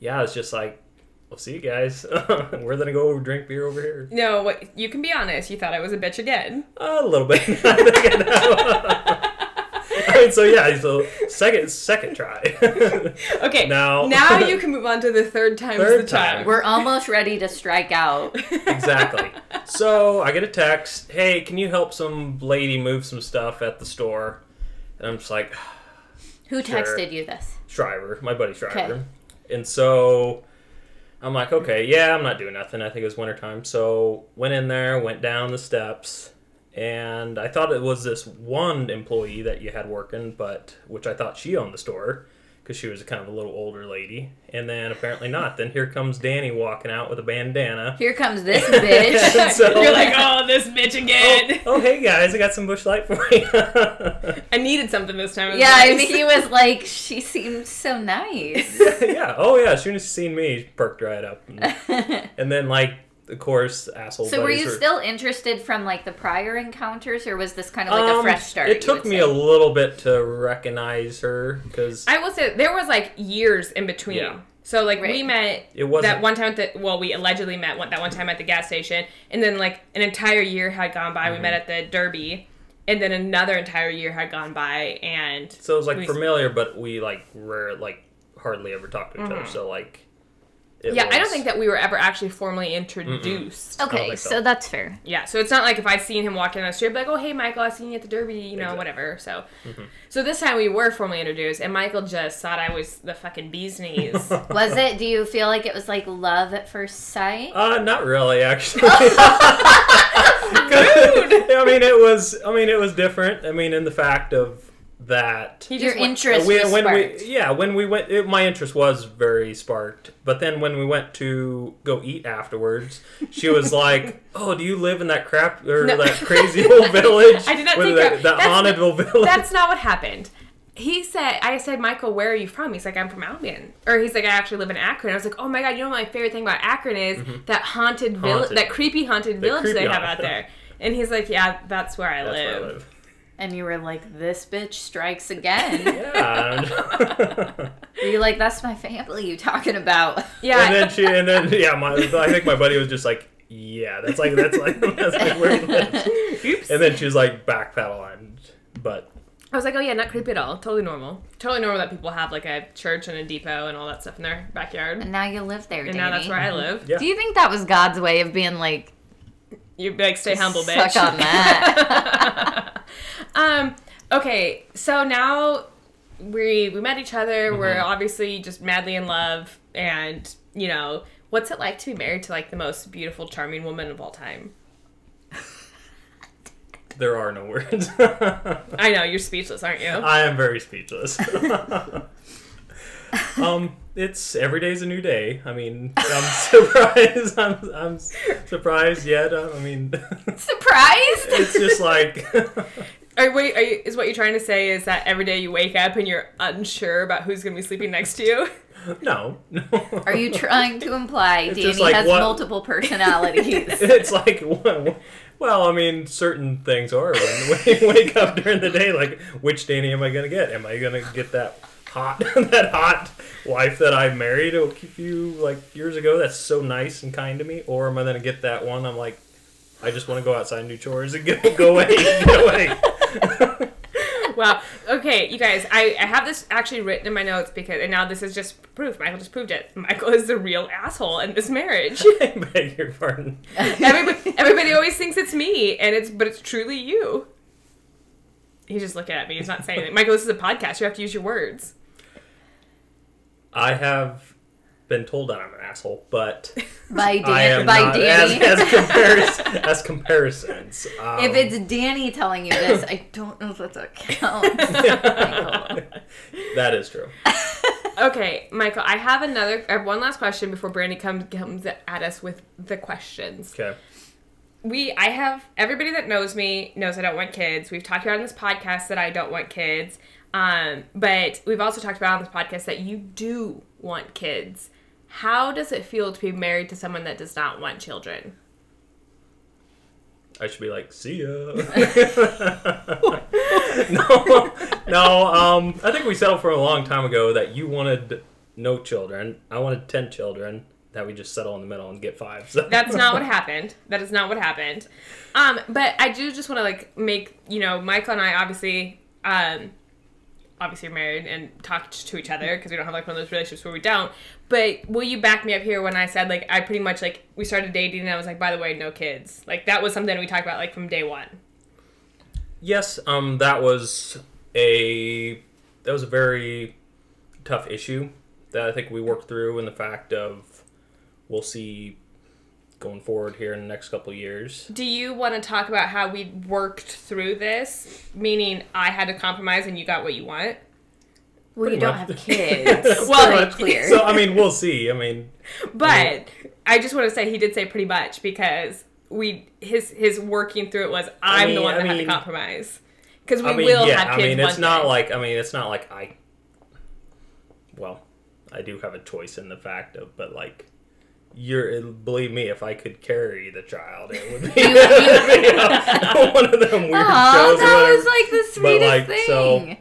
yeah, it's just like, we'll see you guys. We're gonna go drink beer over here. No, what, you can be honest. You thought I was a bitch again. a little bit. I think I know. I mean, so yeah, so second second try. Okay. Now- Now you can move on to the third time's Third the charm. We're almost ready to strike out. exactly. So I get a text, hey, can you help some lady move some stuff at the store? And I'm just like, Who Sure. texted you this? Shriver, my buddy Shriver. Okay. And so I'm like, okay, yeah, I'm not doing nothing. I think it was wintertime. So went in there, went down the steps, and I thought it was this one employee that you had working, but which I thought she owned the store because she was kind of a little older lady. And then apparently not. then here comes Danny walking out with a bandana. Here comes this bitch. And so- You're like, oh, this bitch oh, again. oh, hey guys, I got some bush light for you. I needed something this time. It was Yeah, I nice. mean, he was like, she seems so nice. yeah. Oh yeah. As soon as she seen me, she perked right up. And, and then like, of course, asshole. So were buddies you still interested from like the prior encounters, or was this kind of like a Um, fresh start? you It took would me say? a little bit to recognize her because I will say there was like years in between. Yeah. So like we Right. met It wasn't- that one time at the well we allegedly met one, that one time at the gas station and then like an entire year had gone Mm-hmm. by we met at the derby and then another entire year had gone by and so it was like we- familiar, but we like rare, like hardly ever talked to each other. So like, it Mm-hmm. yeah I don't was- think that we were ever actually formally introduced. I don't Okay, think so. so that's fair. Yeah, so it's not like if I'd seen him walking down the street, I'd be like, oh, hey, Michael, I seen you at the Derby, you know, Exactly. whatever. So, Mm-hmm. so this time we were formally introduced, and Michael just thought I was the fucking bee's knees. Was it? Do you feel like it was like love at first sight? Uh, not really, actually. I mean, it was. I mean, it was different. I mean, in the fact of that. He Your just went- interest We- was when sparked. we yeah when we went it, my interest was very sparked but then when we went to go eat afterwards she was like oh do you live in that crap or No. that crazy old village I did not What say is that, crap. that That's- hauntedville village That's not what happened. He said, I said, Michael, where are you from? He's like, I'm from Albion. Or he's like, I actually live in Akron. I was like, oh my God, you know what my favorite thing about Akron is that haunted village, Mm-hmm. Haunted. that creepy haunted village they creepy have out haunted. there. And he's like, yeah, that's where I, That's live. where I live. And you were like, this bitch strikes again. yeah I don't- were you like, that's my family you talking about? Yeah. and then she and then yeah my I think my buddy was just like yeah that's like that's like that's like where he lives Oops. and then she was like backpedal and but I was like, oh yeah, not creepy at all. Totally normal. Totally normal that people have like a church and a depot and all that stuff in their backyard. And now you live there, and now that's where I live. Yeah. Do you think that was God's way of being like, You'd be like, stay humble, bitch. suck on that? Um, okay, so now we we met each other. We're obviously just madly in love, and you know, what's it like to be married to like the most beautiful, charming woman of all time? There are no words. I know you're speechless, aren't you? I am very speechless. um, it's every day's a new day. I mean, I'm surprised. I'm, I'm surprised yet. uh, I mean, Surprised? it's just like Are, wait, are you, is what you're trying to say is that every day you wake up and you're unsure about who's gonna be sleeping next to you? no, no. Are you trying to imply Danny just like has what- multiple personalities? It's like well, well, I mean, certain things are when we wake up during the day. Like, which Danny am I gonna get? Am I gonna get that? Hot, that hot wife that I married a few like years ago. That's so nice and kind to me. Or am I gonna get that one? I'm like, I just want to go outside and do chores and go, go away, go away. Wow. Okay, you guys, I, I have this actually written in my notes because, and now this is just proof. Michael just proved it. Michael is the real asshole in this marriage. I beg your pardon. everybody, everybody always thinks it's me, and it's but it's truly you. He's just looking at me. He's not saying it. Michael, this is a podcast. You have to use your words. I have been told that I'm an asshole, but by I Dan- am by not Danny. as, as, comparis- as comparisons. Um, if it's Danny telling you this, I don't know if that's a count. Um, that is true. Okay, Michael, I have another. I have one last question before Brandy comes comes at us with the questions. Okay. we I have everybody that knows me knows I don't want kids. We've talked about on this podcast that I don't want kids. Um, but we've also talked about on this podcast that you do want kids. How does it feel to be married to someone that does not want children? I should be like, see ya. no, no. Um, I think we settled for a long time ago that you wanted no children. I wanted ten children. That we just settle in the middle and get five. So. That's not what happened. That is not what happened. Um, but I do just want to like make you know Michael and I obviously um, obviously are married and talk t- to each other because we don't have like one of those relationships where we don't. But will you back me up here when I said like I pretty much like we started dating and I was like by the way no kids like that was something we talked about like from day one. Yes, um, that was a that was a very tough issue that I think we worked through in the fact of we'll see going forward here in the next couple of years. Do you want to talk about how we worked through this? Meaning I had to compromise and you got what you want. well, you Pretty don't much. have kids. Well, so it- clear. So I mean, we'll see. I mean, But I just want to say he did say pretty much because we his his working through it was I'm the mean- one that I had to mean- compromise because we I mean, will yeah. have I kids. mean, it's one not day. like I mean, it's not like I. Well, I do have a choice in the fact of, but like, you're believe me, if I could carry the child, it would be You- you- one of them weird Aw, shows. or that whatever. was like the But, sweetest like, thing. so-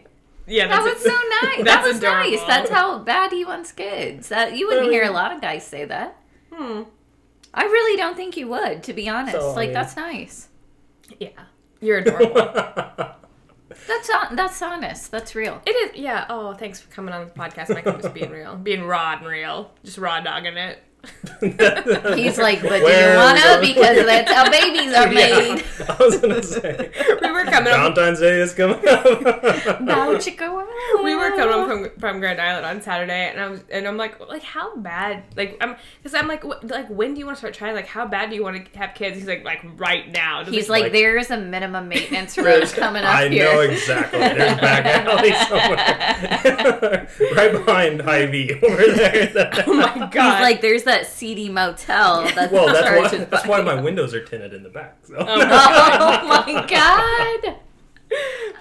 yeah. That That's was it. so nice. that That's was nice. adorable. That's how bad he wants kids. That you wouldn't Well, hear yeah. a lot of guys say that. Hmm. I really don't think you would, to be honest. So, I like mean- that's nice. yeah. You're adorable. That's on, that's honest. That's real. it is. Yeah. Oh, thanks for coming on the podcast, Michael. Just being real, being raw and real, just raw dogging it. He's like, but do you Where wanna? are we going? Because that's how babies are Yeah, made. I was gonna say We were coming. Home, Valentine's Day is coming up. Bow chicka we were coming home from from Grand Island on Saturday, and I was and I'm like, like how bad? Like I'm because I'm like, what, like when do you want to start trying? Like how bad do you want to have kids? He's like, like right now. And I'm He's like, Like- there's a minimum maintenance road coming up I here. know exactly. There's back alley somewhere, right behind Ivy over there. oh my He's god. like, there's that seedy motel. That's well, charged that's why, with that's why my windows are tinted in the back. So. Oh my god.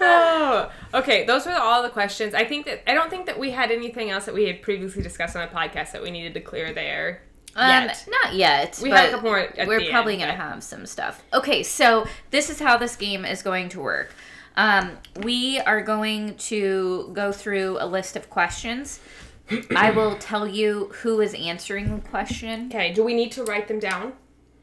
Oh, okay. Those were all the questions. I think that I don't think that we had anything else that we had previously discussed on the podcast that we needed to clear there. Um, Yet. not yet. We have a but couple more at we're the probably end, gonna have some stuff. Okay, so this is how this game is going to work. Um, we are going to go through a list of questions. I will tell you who is answering the question. Okay. Do we need to write them down?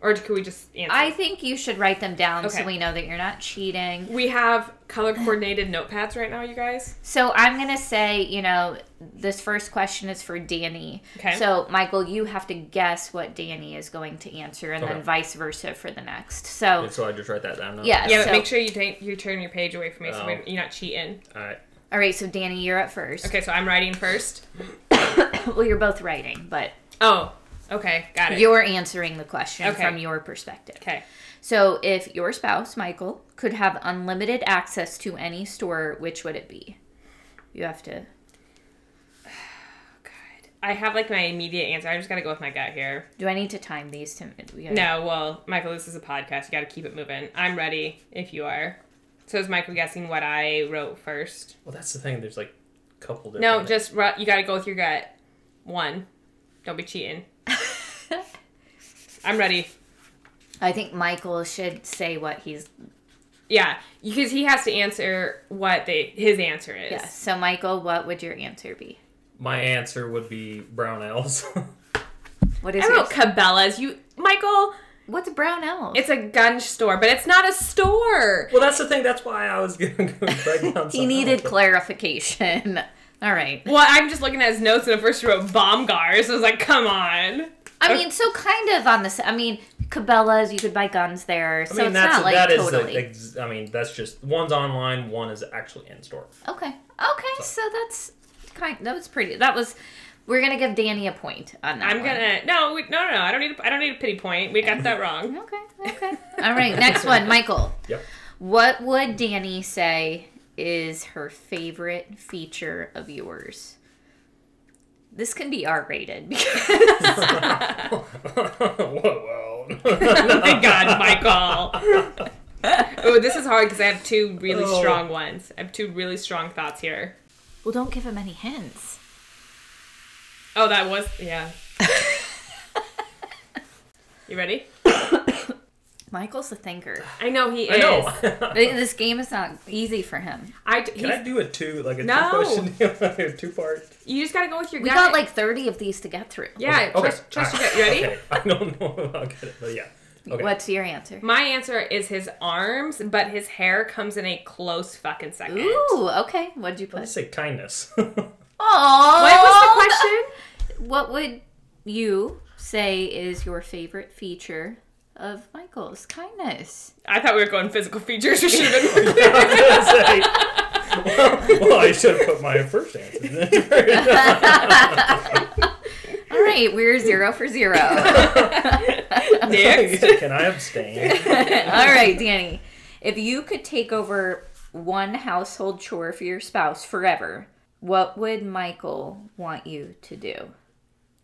Or could we just answer? I think you should write them down so Okay. we know that you're not cheating. we have color coordinated notepads right now, you guys. So I'm gonna say, you know, this first question is for Danny. Okay. So Michael, you have to guess what Danny is going to answer, and Okay. then vice versa for the next. So And so I just write that down. Now. Yeah. Yeah, So- but make sure you take you turn your page away from me so Oh. we're- you're not cheating. All right. all right, so Danny, you're up first. Okay, so I'm writing first. Well, you're both writing, but Oh, okay, got it. you're answering the question Okay. from your perspective. okay. So if your spouse, Michael, could have unlimited access to any store, which would it be? You have to. God. I have like my immediate answer. I just gotta go with my gut here. Do I need to time these to? we gotta- No, well, Michael, this is a podcast. You gotta keep it moving. I'm ready if you are. So is Michael guessing what I wrote first? Well, that's the thing. There's like a couple different. No, just ru- you gotta go with your gut. One, don't be cheating. I'm ready. I think Michael should say what he's. Yeah, because he has to answer what they his answer is. Yes. So Michael, what would your answer be? my answer would be Brownells. What is I wrote yours? Cabela's. You, Michael. What's Brownells? It's a gun store, but it's not a store. well, that's the thing. That's why I was gonna go break down. he something needed else. clarification. All right. Well, I'm just looking at his notes, and at first he wrote bomb gars. I was like, come on. I mean, so kind of on this. I mean, Cabela's. You could buy guns there, so I mean, it's that's not like that is the totally. ex- I mean, that's just one's online, one is actually in store. Okay. Okay. So that's kind. That was pretty. That was. We're gonna give Danny a point on that. I'm one. gonna no, we, no, no, no. I don't need. A, I don't need a pity point. We got that wrong. Okay. Okay. All right. Next one, Michael. Yep. What would Danny say is her favorite feature of yours? This can be R rated because whoa, Oh my God, Michael. oh, this is hard because I have two really Oh. strong ones. I have two really strong thoughts here. well, don't give him any hints. Oh, that was yeah. You ready? Michael's a thinker. I know he is. I know. This game is not easy for him. I d- Can I he's- do a two like a No. two question deal, two part? you just gotta go with your We gut. got like 30 of these to get through. e- yeah. Trust, trust your gut. You ready? Ah, Okay. I don't know if I'll get it, but yeah. Okay. What's your answer? My answer is his arms, but his hair comes in a close fucking second. Ooh, okay. What'd you I put? say kindness. I Oh, What was the question? What would you say is your favorite feature of Michael's kindness? I thought we were going physical features. We should have been. was gonna say. Well, well, I should have put my first answer. All right, we're zero for zero. All Next. Can I abstain? right, Danny. If you could take over one household chore for your spouse forever, what would Michael want you to do?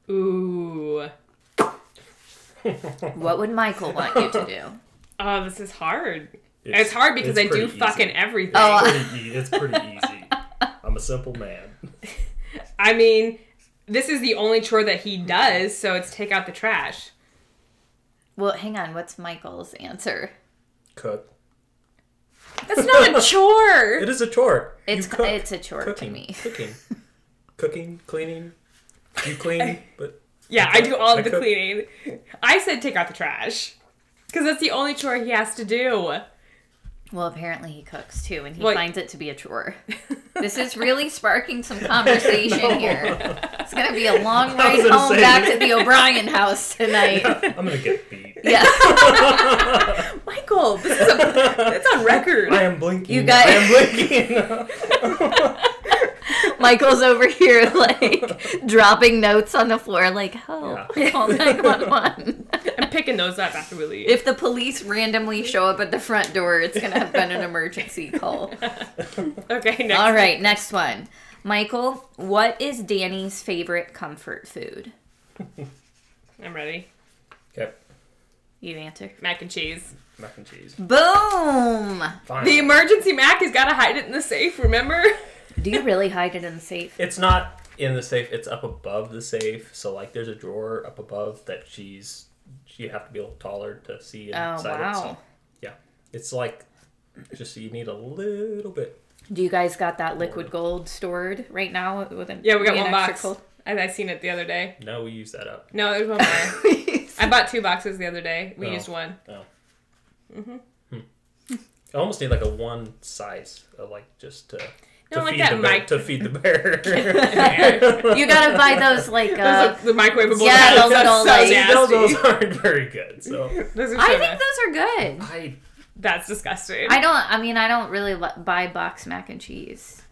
Ooh. What would Michael want you to do? Oh, this is hard. It's, hard because it's I do pretty easy. fucking everything. Oh. Pretty e- it's pretty easy. I'm a simple man. I mean, this is the only chore that he does, so it's take out the trash. Well, hang on. What's Michael's answer? Cook. That's not a chore. It is a chore. You It's cook. it's a chore cooking, to me. Cooking, cooking, cleaning. You clean, but Yeah, I do all I of the cook. cleaning. I said take out the trash because that's the only chore he has to do. Well, apparently he cooks too, and he Well, finds it to be a chore. this is really sparking some conversation here. It's gonna be a long I was ride gonna home say- back to the O'Brien house tonight. I'm gonna get beat. Yeah, Michael, this is a, it's on record. I am blinking. You guys- I am blinking. Michael's over here like dropping notes on the floor, like help, Yeah. call nine one one. I'm picking those up after we leave. If the police randomly show up at the front door, it's gonna have been an emergency call. okay, next. All right, next one. Michael, what is Danny's favorite comfort food? I'm ready. okay, You answer. Mac and cheese. mac and cheese. Boom! Fine. The emergency Mac has got to hide it in the safe, remember? Do you really hide it in the safe? it's not in the safe. It's up above the safe. So like, there's a drawer up above that she's. You have to be a little taller to see Oh inside it. wow! So yeah, it's like just you need a little bit. Do you guys got that liquid gold stored right now with an Yeah, we got an one extra box. I, I seen it the other day. No, we use that up. No, there's one more. cold? I bought two boxes the other day. We Oh. used one. Oh. Mm-hmm. Hmm. I almost need like a one size, uh, like just to, No, to like feed that the bear, mic- to feed the bear. You gotta buy those like. Those Uh, are the microwavable. yeah, ones. That's the little, so like- You know nasty. those aren't very good, so Those are so I nasty. think those are good. I that's disgusting. I don't. I mean, I don't really li- buy box mac and cheese.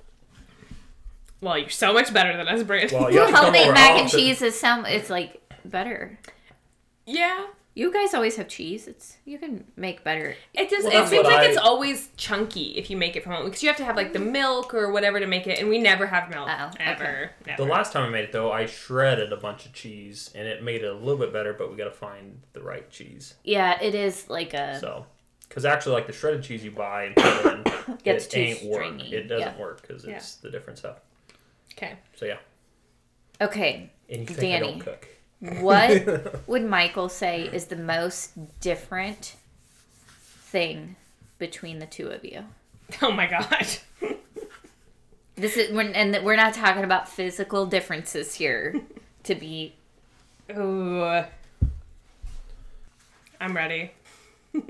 well, you're so much better than us, Brandon. well, you have to come Homemade over mac and often. cheese is some. It's like better. yeah, You guys always have cheese. It's you can make better. it just Well, it that's seems what like I- it's always chunky if you make it from home because you have to have like the milk or whatever to make it, and we never have milk Oh, okay. ever. Never. The last time I made it though, I shredded a bunch of cheese, and it made it a little bit better. But we got to find the right cheese. Yeah, it is like a. So, because actually, like the shredded cheese you buy and put in, Gets it too ain't work. stringy, It doesn't yeah. work because it's the different stuff. okay, So yeah, Okay, and you think I Danny. don't cook? what would Michael say is the most different thing between the two of you? oh my god. This is when, and we're not talking about physical differences here. To be Ooh. I'm ready.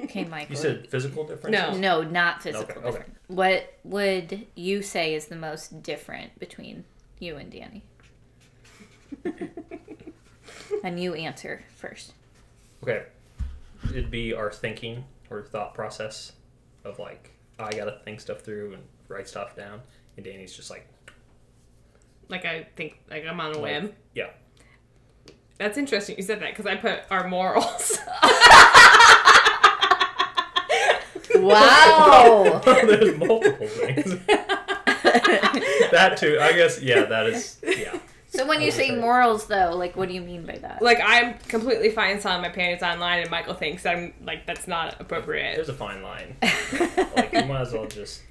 okay, Michael. You said physical difference. No. No, not physical. Okay, okay. different. What would you say is the most different between you and Danny? and you answer first. Okay. It'd be our thinking or thought process of like I gotta think stuff through and write stuff down, and Danny's just like Like I think like I'm on a whim. yeah. That's interesting. You said that because I put our morals. Wow. Oh, There's multiple things. that too. I guess yeah. That is yeah. so when you say morals, though, like, what do you mean by that? like I'm completely fine selling my panties online, and Michael thinks that I'm like that's not appropriate. There's a fine line. Like you might as well just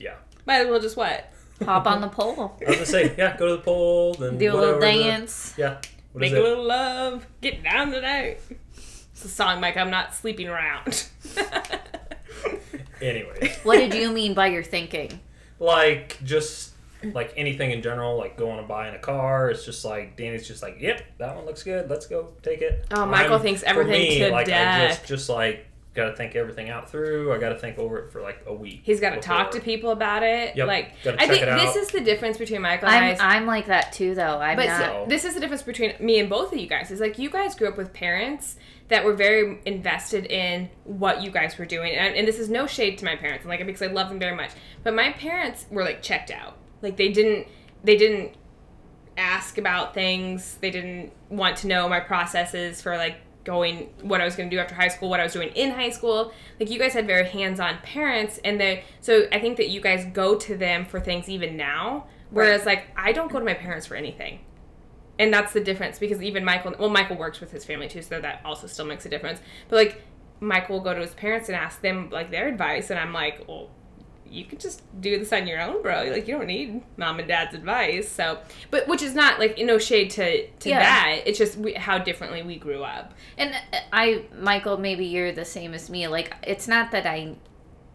yeah. Might as well just what Hop on the pole, I was gonna say yeah. Go to the poll then do a whatever little the- dance. yeah. What make is a it? little love, get down tonight. It's a song like I'm not sleeping around. Anyway, What did you mean by your thinking? like just like anything in general, like going and buying a car. It's just like Danny's just like, yep, that one looks good. Let's go take it. Oh, Michael thinks everything to like, I death. just just like gotta think everything out through. I gotta think over it for like a week. He's got to talk to before. people about it. Yep, Like gotta I check think it this out. is the difference between Michael and I'm I. I'm like that too, though. I'm But not. so- this is the difference between me and both of you guys. Is like you guys grew up with parents that were very invested in what you guys were doing, and, and this is no shade to my parents, and like because I love them very much. But my parents were like checked out. Like they didn't, they didn't ask about things. They didn't want to know my processes for like going what I was going to do after high school, what I was doing in high school. Like you guys had very hands-on parents and they so I think that you guys go to them for things even now whereas like I don't go to my parents for anything. And that's the difference because even Michael well Michael works with his family too so that also still makes a difference. But like Michael will go to his parents and ask them like their advice and I'm like, "Well, you could just do this on your own, bro. Like you don't need mom and dad's advice. So, but which is not like no shade to to Yeah. that. It's just we, how differently we grew up. And uh, I, Michael, maybe you're the same as me. Like, it's not that I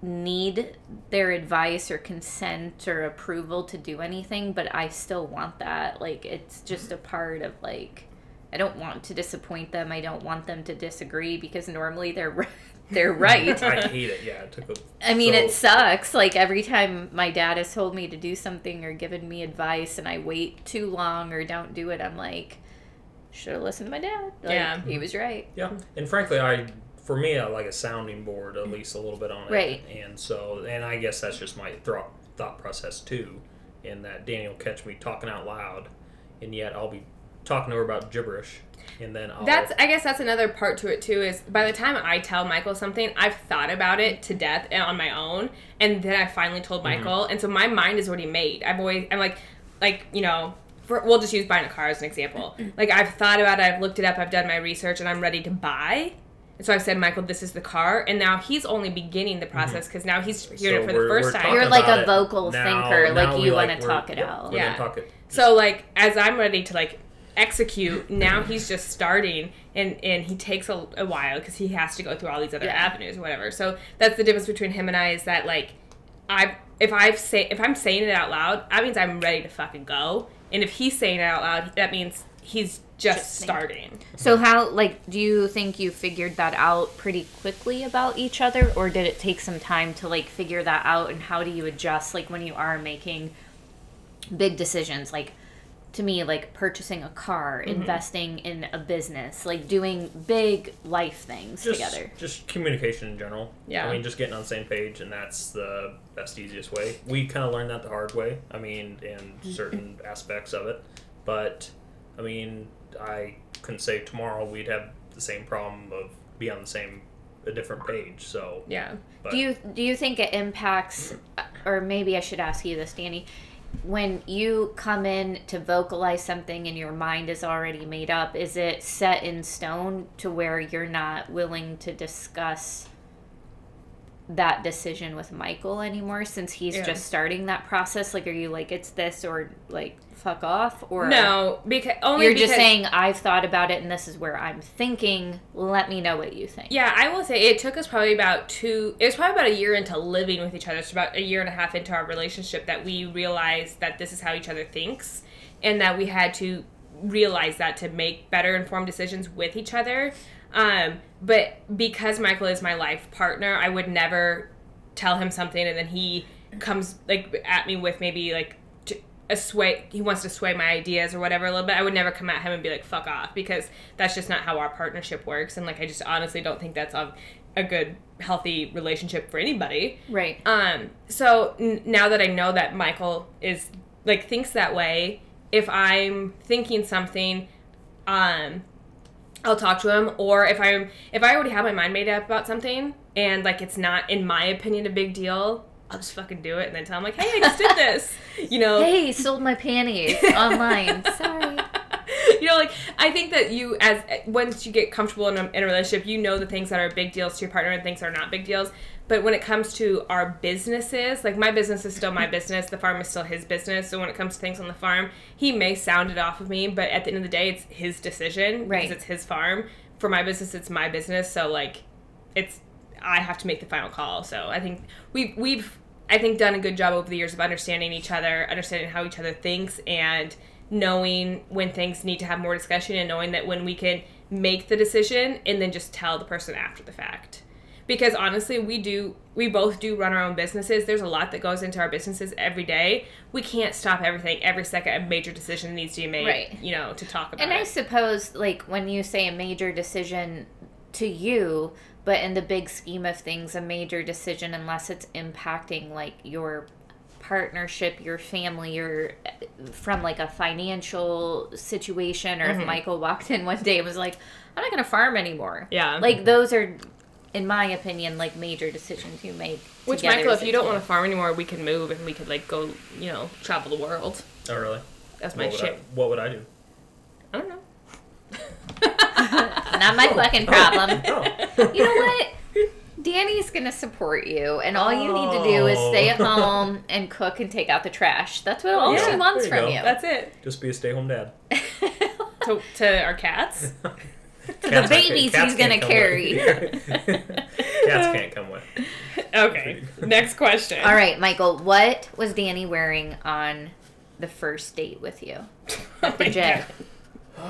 need their advice or consent or approval to do anything, but I still want that. Like, it's just a part of, like, I don't want to disappoint them. I don't want them to disagree because normally they're right. They're right. I hate it. Yeah, it took a. I mean, so- it sucks. Like every time my dad has told me to do something or given me advice, and I wait too long or don't do it, I'm like, should have listened to my dad. Like, Yeah. he was right. Yeah, and frankly, I for me, I like a sounding board at least a little bit on it. Hmm. Right. And so, and I guess that's just my thought thought process too, in that Danny will catch me talking out loud, and yet I'll be talking to her about gibberish, and then I'll That's I guess that's another part to it too. Is by the time I tell Michael something, I've thought about it to death and on my own, and then I finally told Mm-hmm. Michael, and so my mind is already made. I've always I'm like, like you know. For, we'll just use buying a car as an example. Mm-hmm. Like I've thought about it, I've looked it up, I've done my research, and I'm ready to buy. And so I said, Michael, this is the car, and now he's only beginning the process because now he's hearing Mm-hmm. So it for we're- the we're first time. talking You're like about a it vocal thinker, like we you wanna talk it we're- out. we're gonna Yeah. talk it- So like as I'm ready to like execute, now he's just starting and and he takes a, a while because he has to go through all these other Yeah. avenues or whatever. So that's the difference between him and I is that like I if I say if I'm saying it out loud, that means I'm ready to fucking go. And if he's saying it out loud, that means he's just, Just think. starting. So how like do you think you figured that out pretty quickly about each other or did it take some time to like figure that out and how do you adjust like when you are making big decisions like to me like purchasing a car, investing in a business, like doing big life things just, together. Just communication in general. Yeah. I mean, just getting on the same page, and that's the best, easiest way. We kind of learned that the hard way. I mean, in Mm-hmm. certain aspects of it. But, I mean, I couldn't say tomorrow we'd have the same problem of be on the same, a different page. So, Yeah. but Do you do you think it impacts, uh, or maybe I should ask you this, Danny, when you come in to vocalize something and your mind is already made up? Is it set in stone to where you're not willing to discuss that decision with Michael anymore since he's Yeah. just starting that process? Like, are you like it's this or like fuck off or No, because only You're just because- saying I've thought about it and this is where I'm thinking. Let me know what you think. Yeah, I will say it took us probably about two. It was probably about a year into living with each other. It's about a year and a half into our relationship that we realized that this is how each other thinks, and that we had to realize that to make better informed decisions with each other. Um, but because Michael is my life partner, I would never tell him something and then he comes like at me with maybe like to, a sway he wants to sway my ideas or whatever a little bit i would never come at him and be like fuck off because that's just not how our partnership works and like i just honestly don't think that's a, a good healthy relationship for anybody Right. um, so n- now that I know that Michael is like thinks that way, if I'm thinking something, um, I'll talk to him. Or if I'm if I already have my mind made up about something and like it's not in my opinion a big deal, I'll just fucking do it and then tell him like, hey, I just did this, you know. hey, sold my panties online. Sorry. you know, like I think that you, as once you get comfortable in a, in a relationship, you know the things that are big deals to your partner and things that are not big deals. But when it comes to our businesses, like my business is still my business, the farm is still his business. So when it comes to things on the farm, he may sound it off of me, but at the end of the day, it's his decision Right. because it's his farm. For my business, it's my business. So like, it's I have to make the final call. So I think we've we've I think done a good job over the years of understanding each other, understanding how each other thinks, and knowing when things need to have more discussion, and knowing that when we can make the decision and then just tell the person after the fact. Because honestly, we do we both do run our own businesses. There's a lot that goes into our businesses every day. We can't stop everything every second. A major decision needs to be made. Right. You know, to talk about. And I it. suppose, like, when you say a major decision to you, but in the big scheme of things, a major decision, unless it's impacting, like, your partnership, your family, your from like a financial situation, or Mm-hmm. if Michael walked in one day and was like, I'm not going to farm anymore. Yeah. Like, those are, in my opinion, like major decisions you make. Which together Michael, as if a you don't team. want to farm anymore, we can move and we could like go, you know, travel the world. oh, really? That's my What would, I, shit. what would I do? I, don't know. Not my fucking problem. Oh. You know what? Danny's gonna support you, and all you need to do is stay at Oh. home and cook and take out the trash. That's what all she Yeah, wants there from you you. That's it. Just be a stay home dad. To, to our cats. Cats aren't- babies cats he's gonna can't come with. cats can't come with. Okay. Next question. all right, Michael. What was Danny wearing on the first date with you at the gym?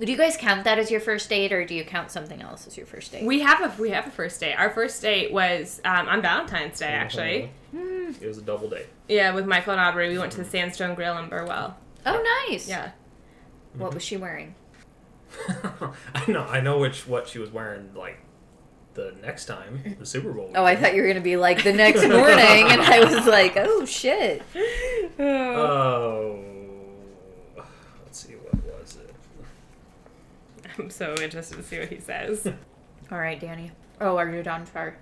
Do you guys count that as your first date, or do you count something else as your first date? We have a we have a first date. Our first date was um, on Valentine's Day, actually. Hmm. It was a double date. Yeah, with Michael and Aubrey, we went to the Sandstone Grill in Burwell. oh, nice. Yeah. What was she wearing? I know, I know which what she was wearing like the next time the Super Bowl. Oh, I thought you were gonna be like the next morning, and I was like, oh shit. Oh, let's see what was it. I'm so interested to see what he says. All right, Danny. Oh, are you done for?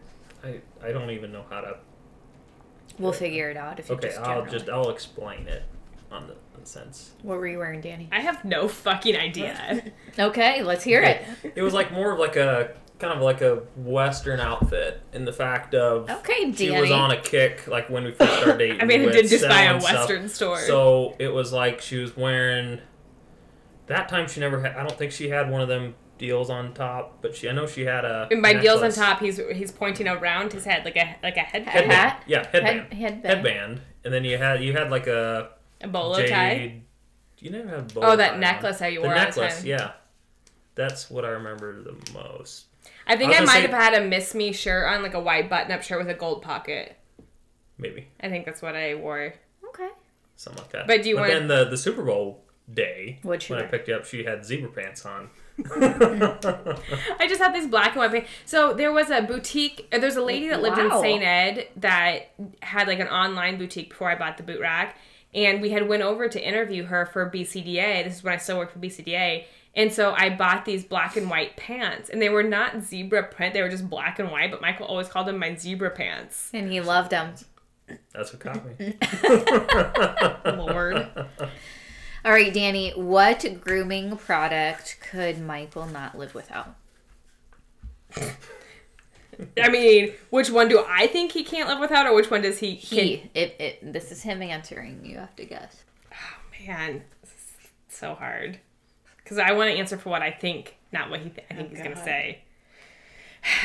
I I don't even know how to. We'll figure it out if you Okay, just. I'll generally- just I'll explain it on the, in the sense. What were you wearing, Danny? I have no fucking idea. Okay, let's hear it. It was like more of like a kind of like a western outfit in the fact of Okay, Danny. she was on a kick like when we first started dating. I mean, we I went did just buy a selling stuff. Western store. So it was like she was wearing. That time she never had. I don't think she had one of them deals on top, but she I know she had a. And by deals on necklace. top, he's he's pointing around his head like a like a headband, Headband. Hat? Yeah, headband. headband. headband. And then you had you had like a a bolo tie. jade. You never had bolo Oh, that tie on. necklace that you the wore all the necklace, time. yeah. That's what I remember the most. I think I I, was might gonna have had a Miss Me shirt on, like a white button-up shirt with a gold pocket. Maybe I think that's what I wore. Okay. something like that. But do you but wanna- then the the Super Bowl day What'd she when I wear? picked you up, she had zebra pants on. I just had these black and white pants. So there was a boutique. uh, There's a lady that lived Wow. in St. Ed that had like an online boutique before I bought the boot rack, and we had went over to interview her for BCDA. This is when I still worked for BCDA, and so I bought these black and white pants, and they were not zebra print. They were just black and white. But Michael always called them my zebra pants. And he loved them. That's what caught me. Lord, All right, Danny, what grooming product could Michael not live without? I mean, which one do I think he can't live without, or which one does he? He, it, it, this is him answering. You have to guess. Can, man, this is so hard. Because I want to answer for what I think, not what he. Th- I think he's gonna God. say.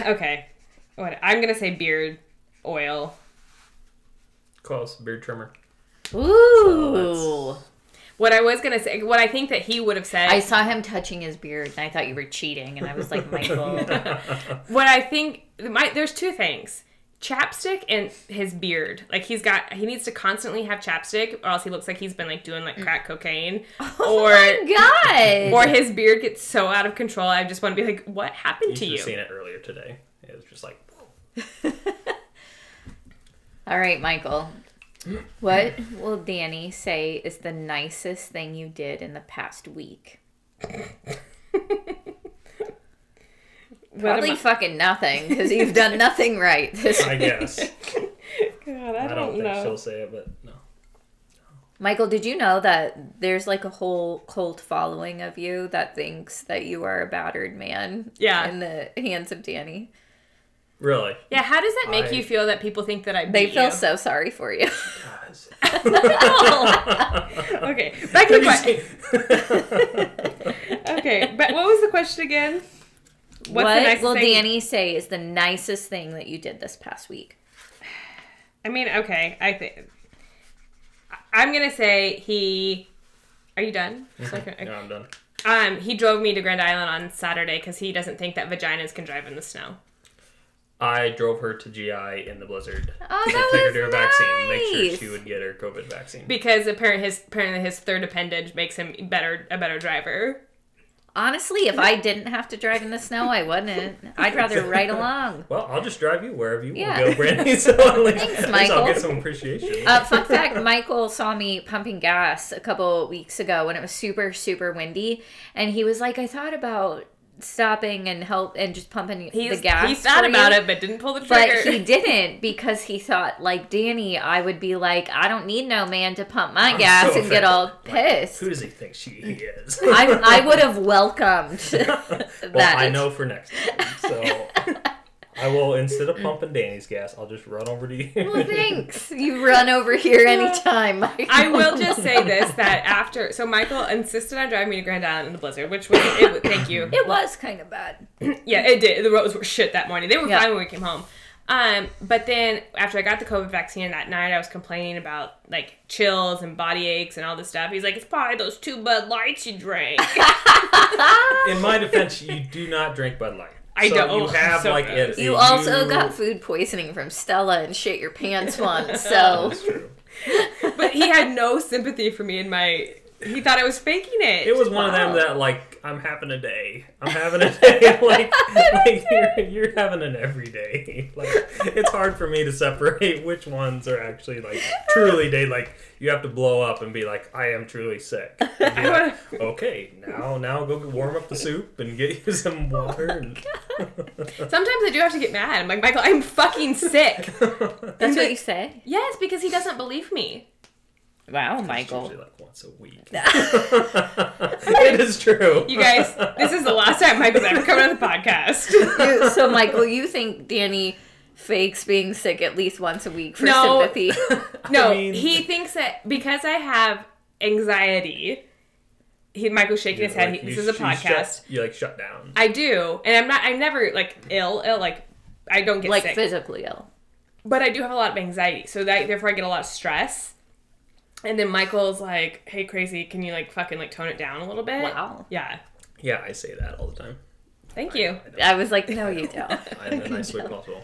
okay, what I'm gonna say beard oil. Close beard trimmer. Ooh. What I was gonna say, what I think that he would have said. I saw him touching his beard and I thought you were cheating. And I was like, Michael. what I think my there's two things. Chapstick and his beard. Like he's got he needs to constantly have chapstick or else he looks like he's been like doing like crack cocaine. or my God. or his beard gets so out of control. I just want to be like, what happened You to should you? have seen it earlier today. It was just like All right, Michael. What will Danny say is the nicest thing you did in the past week? What Probably am I- fucking nothing because you've done nothing right. This I guess. God, I, I don't, don't think know. she'll say it, but no. Michael, did you know that there's like a whole cult following of you that thinks that you are a battered man? Yeah. In the hands of Danny. Really? Yeah, how does that make I- you feel that people think that I beat They feel you? so sorry for you. Guys. okay, back to the question. Okay, but what was the question again? What's what nicest will thing- Danny say is the nicest thing that you did this past week? I mean, okay, I think I'm gonna say he. Are you done? So I can- no, I'm done. Um, he drove me to Grand Island on Saturday because he doesn't think that vaginas can drive in the snow. I drove her to GI in the blizzard. Oh, to that take her was to her vaccine, make sure nice. she would get her COVID vaccine. Because apparently his apparently his third appendage makes him better a better driver. Honestly, if I didn't have to drive in the snow, I wouldn't. I'd rather ride along. Well, I'll just drive you wherever you Yeah. want to go, Brandy. So at least, Thanks, at least I'll Michael. get some appreciation. Uh, fun fact Michael saw me pumping gas a couple weeks ago when it was super, super windy. And he was like, I thought about stopping and help and just pumping He's, the gas. he thought for about you." it but didn't pull the But trigger. he didn't because he thought, like Danny, I would be like, I don't need no man to pump my I'm gas so and get all offended. pissed. Who does he think she is? I, I would have welcomed that. well, I know for next time. So I will, instead of pumping Danny's gas, I'll just run over to you. Well, thanks. You run over here anytime. Michael. I will just say this that after so Michael insisted on driving me to Grand Island in the blizzard, which was it, was- thank you. It was kind of bad. Yeah, it did. The roads were shit that morning. They were Yeah. fine when we came home. Um, but then after I got the COVID vaccine that night, I was complaining about like chills and body aches and all this stuff. He's like, "It's probably those two Bud Lights you drank." Ah, In my defense, you do not drink Bud Light. I so don't. You have So like bad. it. You also got food poisoning from Stella and shit your pants once, so That's true. but he had no sympathy for me and my. He thought I was faking it. It was one of Wow. them that like I'm having a day. I'm having a day. like like you're, you're having an everyday. Like it's hard for me to separate which ones are actually like truly day. Like you have to blow up and be like I am truly sick. And be like, okay, now now go warm up the soup and get you some Oh water. And... Sometimes I do have to get mad. I'm like, Michael, I'm fucking sick. that's what you say. yes, because he doesn't believe me. Wow, It's usually like once a week. it is true. You guys, this is the last time Michael's ever coming on the podcast. You, so Michael, you think Danny fakes being sick at least once a week for No. sympathy? No, I mean- he thinks that because I have anxiety, he, Michael's shaking his head. Like, he, you- this is a you podcast. shut- you like shut down. I do, and I'm not. I'm never like ill. Ill like I don't get like sick, physically ill. but I do have a lot of anxiety. So that therefore I get a lot of stress. And then Michael's like, "Hey, crazy, can you like fucking like tone it down a little bit?" Wow. Yeah. Yeah, I say that all the time. Thank you. I was like, no, you don't. And then I sleep multiple.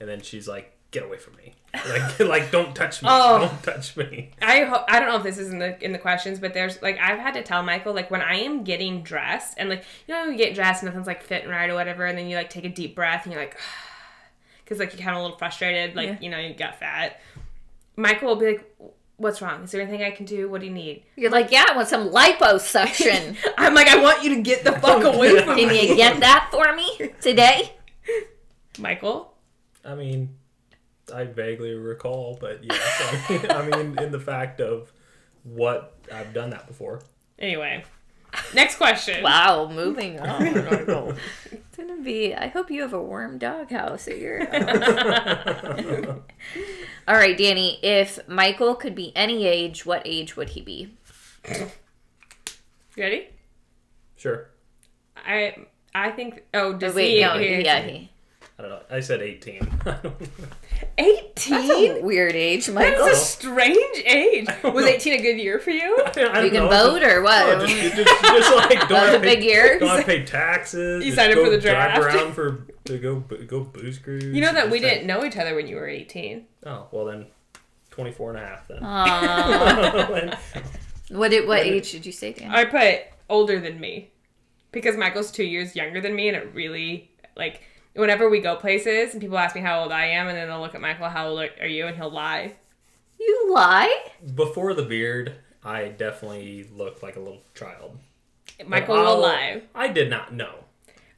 And then she's like, "Get away from me! Like, like don't touch me! Oh. Don't touch me!" I ho- I don't know if this is in the in the questions, but there's like I've had to tell Michael like when I am getting dressed and like you know when you get dressed and nothing's like fitting right or whatever, and then you like take a deep breath and you're like, because like you're kind of a little frustrated, like Yeah. you know you got fat. Michael will be like, "What's wrong? Is there anything I can do? What do you need?" You're like, yeah, I want some liposuction. I'm like, "I want you to get the fuck away from Can Oh, me, you get that for me today? Michael." I mean, I vaguely recall, but yeah, I mean, I mean, in the fact of what I've done that before. Anyway, next question. Wow, moving on. It's gonna be. I hope you have a warm doghouse at your. All right, Danny. If Michael could be any age, what age would he be? You ready? sure, I I think. Oh, Oh, does wait, he? no, he- yeah, he. I don't know. I said eighteen. I don't know. That's Eighteen. a weird age, That Michael. is a strange age. don't Was know. 18 a good year for you? I don't You can know. vote or what? Oh, No, just, just, just, just like don't That was have a big pay, year. Don't have to pay taxes. You just signed up go for the draft. Drive around for to go go booze cruise. You know that we Just didn't know each other when you were 18. Like, oh well then, 24 and a half then. Aw. what did, what Yeah. age did you say, Danny? I put older than me because Michael's two years younger than me, and it really like whenever we go places and people ask me how old I am, and then they'll look at Michael, how old are you, and he'll lie. You lie. Before the beard, I definitely looked like a little child. Michael I'll- will lie. I did not know.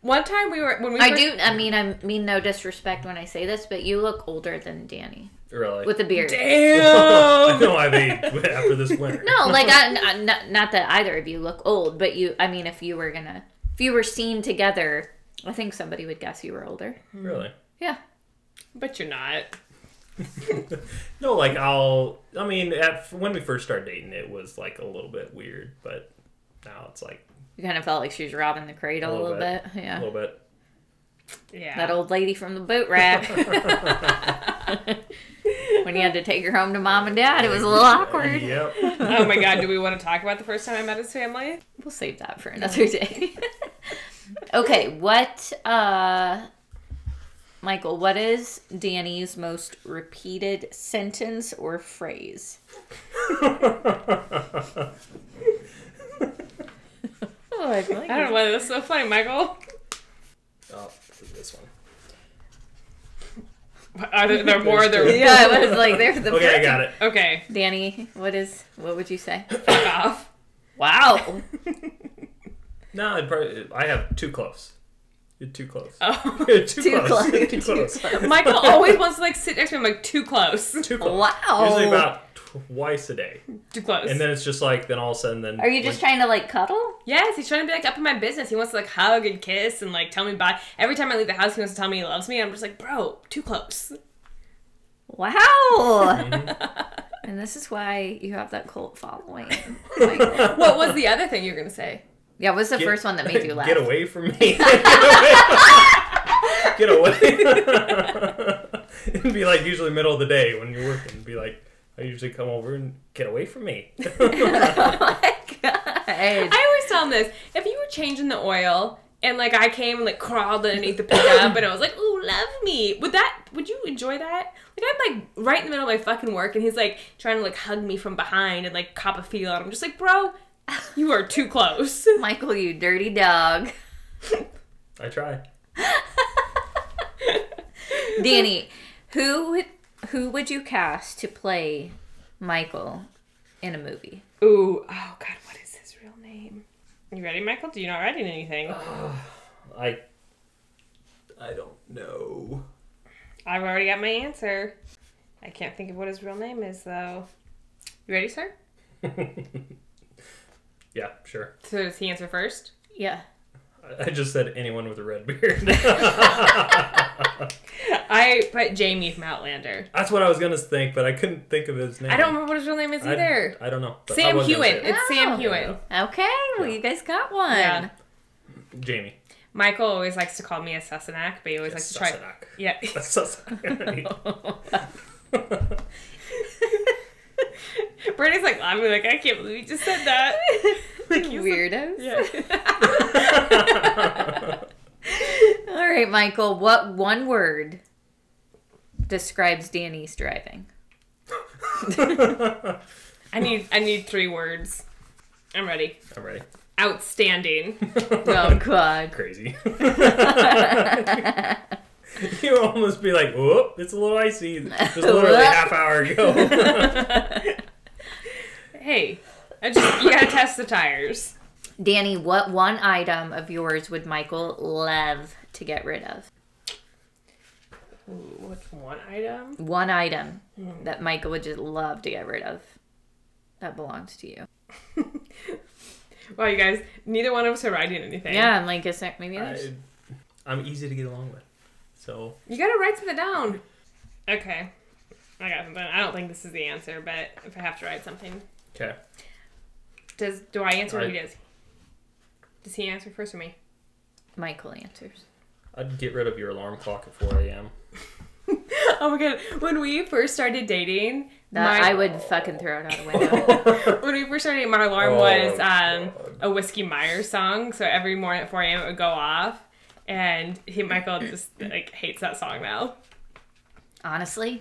One time we were when we I first- do. I mean, I mean no disrespect when I say this, but you look older than Danny Really. with a beard. I Damn. know I've aged after this winter. No, like I, n- I- not, not that either of you look old, but you. I mean, if you were gonna, if you were seen together, I think somebody would guess you were older. Really? Yeah. but you're not. No, like I'll. I mean, at, when we first started dating, it was like a little bit weird, but now it's like You kind of felt like she was robbing the cradle a little, bit. a Yeah. little bit. Yeah. That old lady from the boat rack. when you had to take her home to mom and dad, it was a little awkward. Yep. oh my god, do we want to talk about the first time I met his family? We'll save that for another day. okay, what uh Michael, what is Danny's most repeated sentence or phrase? Oh, I feel like I don't know why that's so funny, Michael. Oh, this one. Are there, there more? There. Yeah, it was like there's the Okay, I got it. Okay. Danny, what is what would you say? Fuck off. Wow. No, I'd probably, I have too close. You're too close. Oh. You're too, Too close. close, You're too too close. close. Michael always wants to like sit next to me. I'm like too close, Too close. Wow. Usually about twice a day, too close. and then it's just like then all of a sudden then. Are you just when- trying to like cuddle? Yes, he's trying to be like up in my business. He wants to like hug and kiss and like tell me bye. Every time I leave the house, he wants to tell me he loves me. I'm just like, bro, too close. Wow. Mm-hmm. and this is why you have that cult following. Michael. What was the other thing you were gonna say? Yeah, what's the first one that made you laugh? Get away from me. Get away. It'd be like usually middle of the day when you're working. Be like, I usually come over and get away from me. oh my god. I always tell him this: if you were changing the oil and like I came and like crawled underneath the pickup and I was like, "Ooh, love me," would that? Would you enjoy that? Like I'm like right in the middle of my fucking work and he's like trying to like hug me from behind and like cop a feel out. I'm just like, bro, you are too close. Michael, you dirty dog. I try. Danny, who would who would you cast to play Michael in a movie? Ooh, oh god, what is his real name? You ready, Michael? Do you not writing anything? I. I don't know. I've already got my answer. I can't think of what his real name is though. You ready, sir? yeah, sure. So does he answer first? Yeah. I just said anyone with a red beard. I put Jamie from Outlander. That's what I was gonna think, but I couldn't think of his name. I don't remember what his real name is I, either. I don't know. but I Sam was gonna say Hewen. it. Oh. It's Sam Yeah. Hewen. Okay, well, you guys got one. Yeah. Jamie. Michael always likes to call me a Sussanak, but he always likes to try. Sassenach. Yeah. Sassenach. Brittany's like laughing, like I can't believe you just said that. like he's Weirdos. Like, All right, Michael, what one word describes Danny's driving? I need I need three words. I'm ready. I'm ready. Outstanding. Oh, God. Crazy. you almost be like, whoop, it's a little icy. Just literally Whoop. half hour ago. hey, I just you gotta test the tires. Danny, what one item of yours would Michael love to get rid of? Ooh, what's one item? One item that Michael would just love to get rid of that belongs to you. Wow, you guys, neither one of us are writing anything. Yeah, I'm like, is that maybe there's I, I'm easy to get along with. So You gotta write something down. Okay. I got something. I don't think this is the answer, but if I have to write something. okay. Does do I answer or he I- does? Does he answer first or me? Michael answers? I'd get rid of your alarm clock at 4 a.m. Oh my god. When we first started dating, That my- I would fucking throw it out the window. when we first started, my alarm Oh, was um, God. a Whiskey Myers song. So every morning at 4 a.m. it would go off. And he, Michael just like hates that song now. Honestly,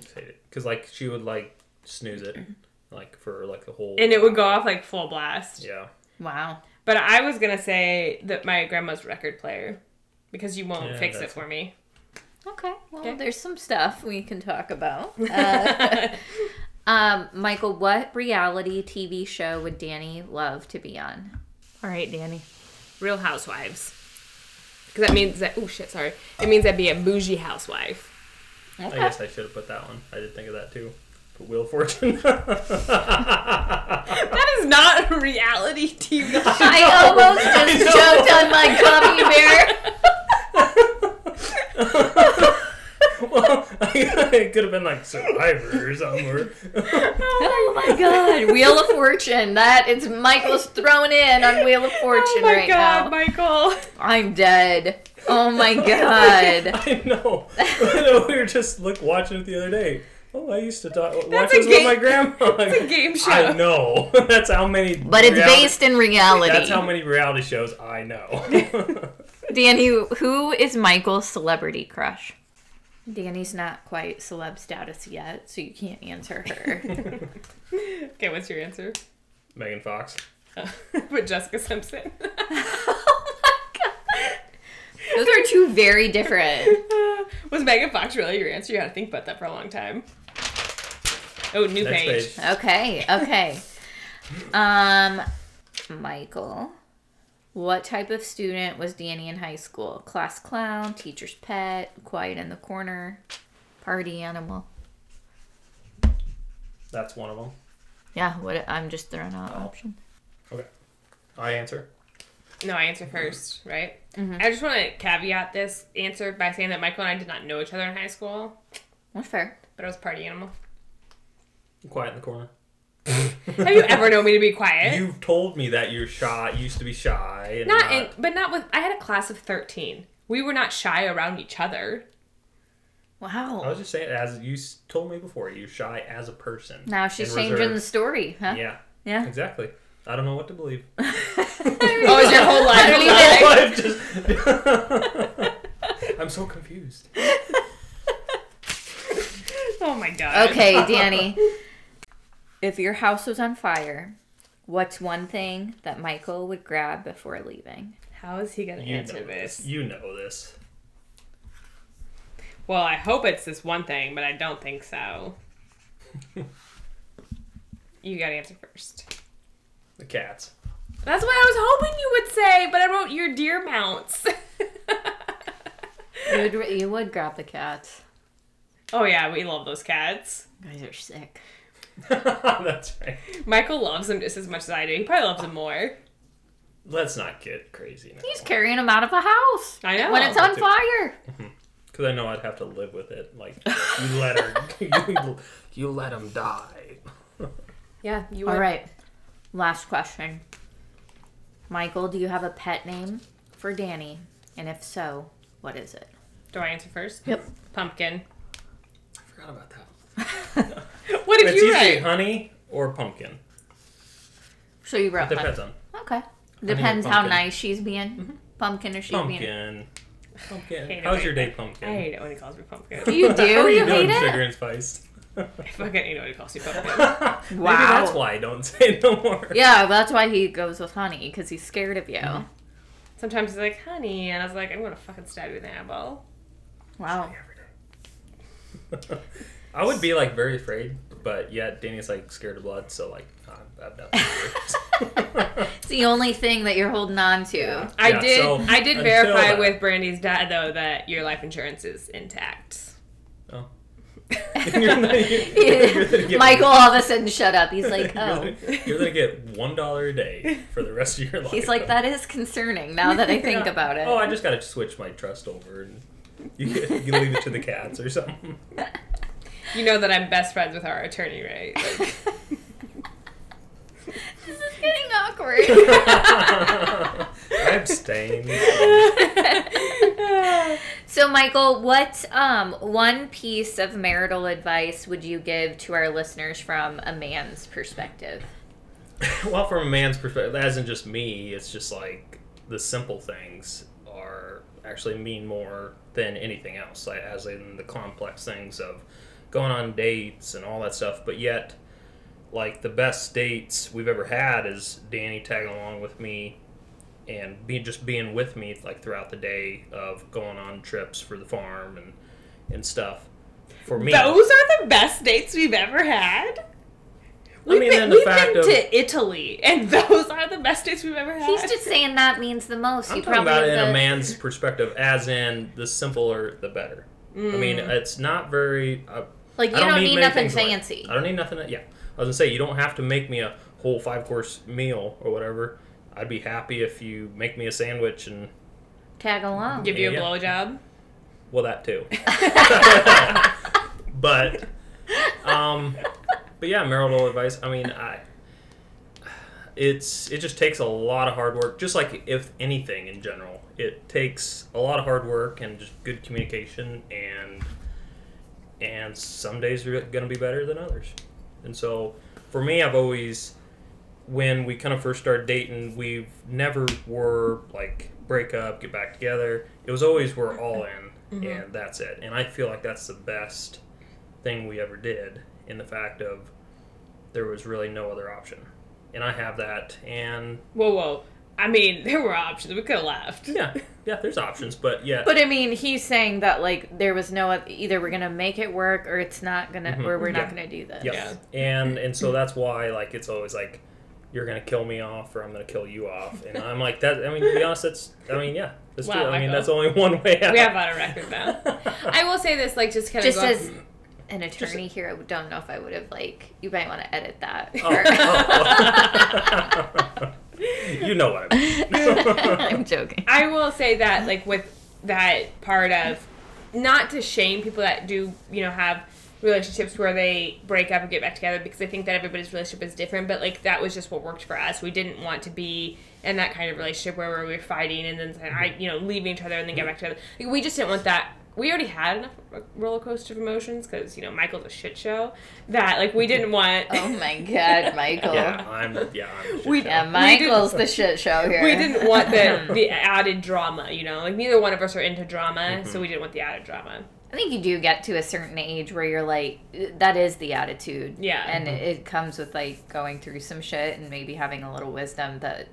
Because like she would like snooze it, like for like the whole. And it would go off like full blast. Yeah. wow. But I was going to say that my grandma's record player because you won't Yeah, fix it that's- for me. Okay, well, Okay. there's some stuff we can talk about. Uh, um, Michael, what reality TV show would Danny love to be on? All right, Danny. Real Housewives. Because that means that, oh shit, sorry. It means I'd be a bougie housewife. I guess I should have put that one. I did think of that too. But Wheel of Fortune. That is not a reality TV show. I almost just choked on my gummy bear. well, it could have been like Survivor or something. Or, Oh my god, Wheel of Fortune. That is Michael's thrown in on Wheel of Fortune Oh my right god, now. Michael. I'm dead. Oh my god. I know. I know. We were just look watching it the other day. Oh, I used to talk, watch a this game- with my grandma. a game show. I know. That's how many. But it's reality- based in reality. That's how many reality shows I know. Danny, who is Michael's celebrity crush? Danny's not quite celeb status yet, so you can't answer her. Okay, what's your answer? Megan Fox. But Jessica Simpson. oh my god. Those are two very different. Was Megan Fox really your answer? You had to think about that for a long time. Oh, new Next page. page. Okay, okay. Um Michael. What type of student was Danny in high school? Class clown, teacher's pet, quiet in the corner, party animal. That's one of them. Yeah, what I'm just throwing out options. Okay. I answer. No, I answer first, right? I just want to caveat this answer by saying that Michael and I did not know each other in high school, That's fair. but I was a party animal. Quiet in the corner. Have you ever known me to be quiet? You've told me that you're shy. Used to be shy. And not in, but not with. I had a class of thirteen. We were not shy around each other. Wow. I was just saying, as you s- told me before, you're shy as a person. Now she's and changing the reserved. story, huh? Yeah, Yeah. exactly. I don't know what to believe. Oh, is your whole life? I don't even- I've just- I'm so confused. Oh my god. Okay, Danny. if your house was on fire, what's one thing that Michael would grab before leaving? How is he gonna You answer know this? this. You know this. Well, I hope it's this one thing, but I don't think so. you gotta answer first. The cats. That's what I was hoping you would say, but I wrote your deer mounts. You would, you would grab the cats. oh yeah, we love those cats. You guys are sick. That's right. Michael loves them just as much as I do. He probably loves them more. Let's not get crazy now. He's carrying them out of a house. I know. When it's on Dude. fire. Because I know I'd have to live with it. Like, you let her, you, you let him die. Yeah, you All would. right. Last question. Michael, do you have a pet name for Danny? And if so, what is it? Do I answer first? Yep. Pumpkin. I forgot about that. What did It's you usually write? honey or pumpkin. So you wrote It depends on Okay. Depends how pumpkin. nice she's being. Pumpkin or she's being. pumpkin. Pumpkin. Hate How's it. your day, I pumpkin? hate it when he calls me pumpkin. You do? How are you you, doing, hate sugar it? and spice? I fucking hate it when he calls you pumpkin. wow. Maybe that's why I don't say no more. Yeah, that's why he goes with honey because he's scared of you. Mm-hmm. Sometimes he's like, honey, and I was like, I'm gonna fucking stab you with an eyeball. Wow. Every day. I would be like very afraid, but yet Danny's like scared of blood, so like uh, I'm, I'm not afraid. It's the only thing that you're holding on to. I Yeah, did. so I did until verify that- with Brandy's dad though that your life insurance is intact. Oh. You're gonna- you're gonna Yeah. get- Michael all of a sudden shut up. He's like, you're oh. gonna- You're gonna get one dollar a day for the rest of your life. He's like, that is concerning now that I think Yeah. about it. Oh, I just gotta switch my trust over and you, you leave it to the cats or something. You know that I'm best friends with our attorney, right? Like, this is getting awkward. I abstain. so, Michael, what um, one piece of marital advice would you give to our listeners from a man's perspective? well, from a man's perspective, that isn't just me. It's just like the simple things are actually mean more than anything else, like, as in the complex things of going on dates and all that stuff. But yet, like the best dates we've ever had is Danny tagging along with me and be just being with me like throughout the day of going on trips for the farm and and stuff. For me, Those are the best dates we've ever had. We've mean, been, and the we've fact been of- to Italy, and those are the best dates we've ever had. He's just saying that means the most. I'm you talking probably about it in the- a man's perspective, as in the simpler the better. I mean, it's not very. Uh, like you I don't, don't need, many nothing things like- fancy. I don't need nothing. That, yeah, I was gonna say you don't have to make me a whole five course meal or whatever. I'd be happy if you make me a sandwich and Tag along. give you a Yeah. blowjob. well that too. but, um, but yeah, marital advice. I mean, I. It's it just takes a lot of hard work. Just like if anything in general, it takes a lot of hard work and just good communication and and some days are going to be better than others. And so for me, I've always, when we kind of first started dating, we've never were like break up, get back together. It was always we're all in and that's it. And I feel like that's the best thing we ever did in the fact of there was really no other option. And I have that. And Whoa, whoa. I mean, there were options. We could have left. yeah, yeah, there's options, but yeah. But I mean, he's saying that like there was no oth- either we're gonna make it work or it's not gonna or we're not Yeah. gonna do this. Mm-hmm. Yep. And and so that's why like it's always like you're gonna kill me off or I'm gonna kill you off. And I'm like that I mean to be honest that's I mean yeah. That's Wow, true. I mean Michael. that's only one way out. We have on a record now. I will say this, like, just kind of Just as an attorney here, I don't know if I would have like you might want to edit that. Oh, oh, oh. you know what I mean. I'm joking. I will say that, like, with that part of not to shame people that do, you know, have relationships where they break up and get back together because I think that everybody's relationship is different, but like that was just what worked for us. We didn't want to be in that kind of relationship where we were fighting and then I, you know, leaving each other and then get back together. Like, we just didn't want that. We already had enough roller coaster of emotions because you know Michael's a shit show. That like we didn't want. Oh my god, Michael. yeah, Yeah, I'm yeah, I'm We- Michael's the shit show here. we didn't want the the added drama, you know. Like neither one of us are into drama, so we didn't want the added drama. I think you do get to a certain age where you're like, that is the attitude. Yeah. And it, it comes with like going through some shit and maybe having a little wisdom that,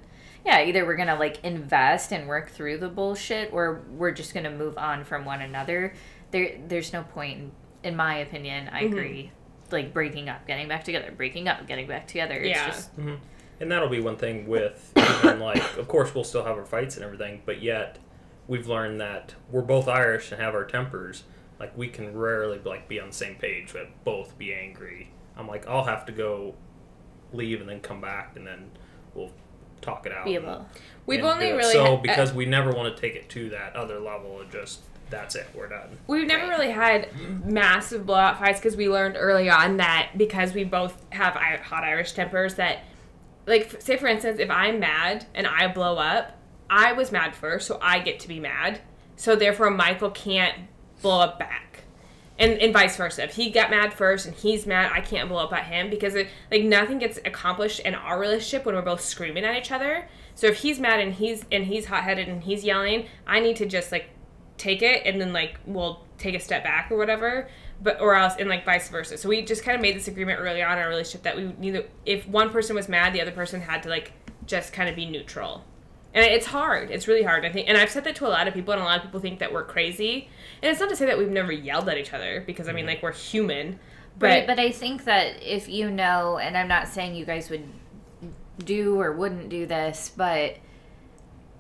yeah, either we're going to like invest and work through the bullshit or we're just going to move on from one another. There, There's no point, in, in my opinion. I agree. Like breaking up, getting back together, breaking up, getting back together. It's Yeah. just, And that'll be one thing with even like of course we'll still have our fights and everything, but yet we've learned that we're both Irish and have our tempers. Like we can rarely like be on the same page but both be angry. I'm like I'll have to go leave and then come back and then we'll talk it out. be and- able. We've and do only it. really so ha- uh, because we never want to take it to that other level of just that's it, we're done. We've never really had massive blowout fights because we learned early on that because we both have I- hot Irish tempers that, like, f- say for instance, if I'm mad and I blow up, I was mad first, so I get to be mad. So therefore, Michael can't blow up back, and and vice versa. If he got mad first and he's mad, I can't blow up at him because it like nothing gets accomplished in our relationship when we're both screaming at each other. So if he's mad and he's and he's hot headed and he's yelling, I need to just like take it and then like we'll take a step back or whatever but or else and like vice versa so we just kind of made this agreement early on in our relationship that we neither if one person was mad the other person had to like just kind of be neutral and it's hard it's really hard i think and i've said that to a lot of people and a lot of people think that we're crazy and it's not to say that we've never yelled at each other because i mean like we're human but, Mm-hmm. right, but I think that if you know, and I'm not saying you guys would do or wouldn't do this, but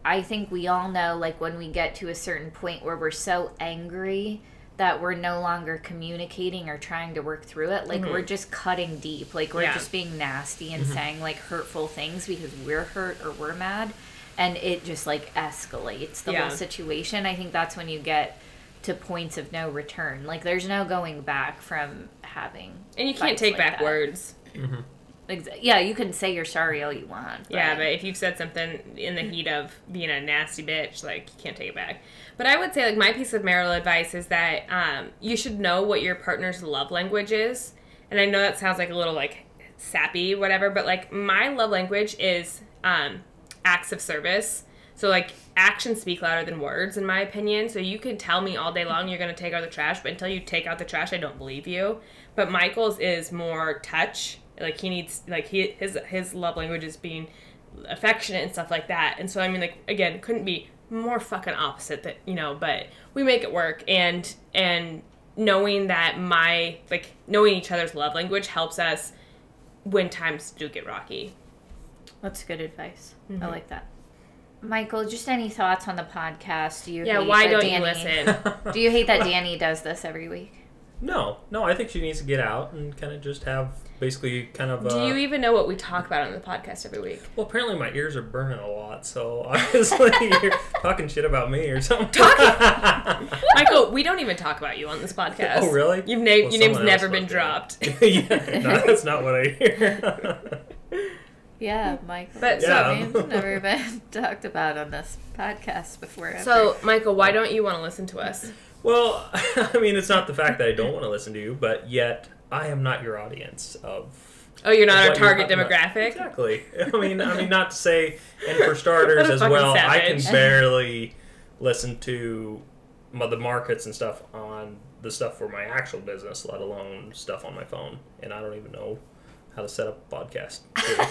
I think we all know, like, when we get to a certain point where we're so angry that we're no longer communicating or trying to work through it, like, we're just cutting deep. Like, we're Yeah. just being nasty and saying, like, hurtful things because we're hurt or we're mad. And it just, like, escalates the Yeah. whole situation. I think that's when you get to points of no return. Like, there's no going back from having. and you can't fights take like back that. words Exa- yeah, you can say you're sorry all you want. Yeah, but if you've said something in the heat of being a nasty bitch, like you can't take it back. But I would say like my piece of marital advice is that um, you should know what your partner's love language is. And I know that sounds like a little like sappy, whatever, but like my love language is um, acts of service. So like actions speak louder than words, in my opinion. So you can tell me all day long you're gonna take out the trash, but until you take out the trash, I don't believe you. But Michael's is more touch. Like he needs like he his his love language is being affectionate and stuff like that. And so I mean like again, couldn't be more fucking opposite that you know, but we make it work and and knowing that my like knowing each other's love language helps us when times do get rocky. that's good advice. Mm-hmm. I like that. Michael, just any thoughts on the podcast? Do you Yeah, hate why that don't Uh, Danny, you listen? Do you hate that Danny does this every week? No, no, I think she needs to get out and kind of just have basically kind of. Do uh, you even know what we talk about on the podcast every week? well, apparently my ears are burning a lot, so obviously you're talking shit about me or something. Michael, we don't even talk about you on this podcast. oh, really? You've na- Well, your name's someone else never been must do dropped. it. yeah, no, that's not what I hear. Yeah, Michael. But so- Yeah. name's never been talked about on this podcast before. So, Michael, why don't you want to listen to us? well, I mean, it's not the fact that I don't want to listen to you, but yet I am not your audience of Oh, you're not our what you're target talking about. demographic. Exactly. I mean, I mean, not to say, and for starters What a as fucking well, I can savage. barely listen to my- the markets and stuff on the stuff for my actual business, let alone stuff on my phone. And I don't even know how to set up a podcast. really.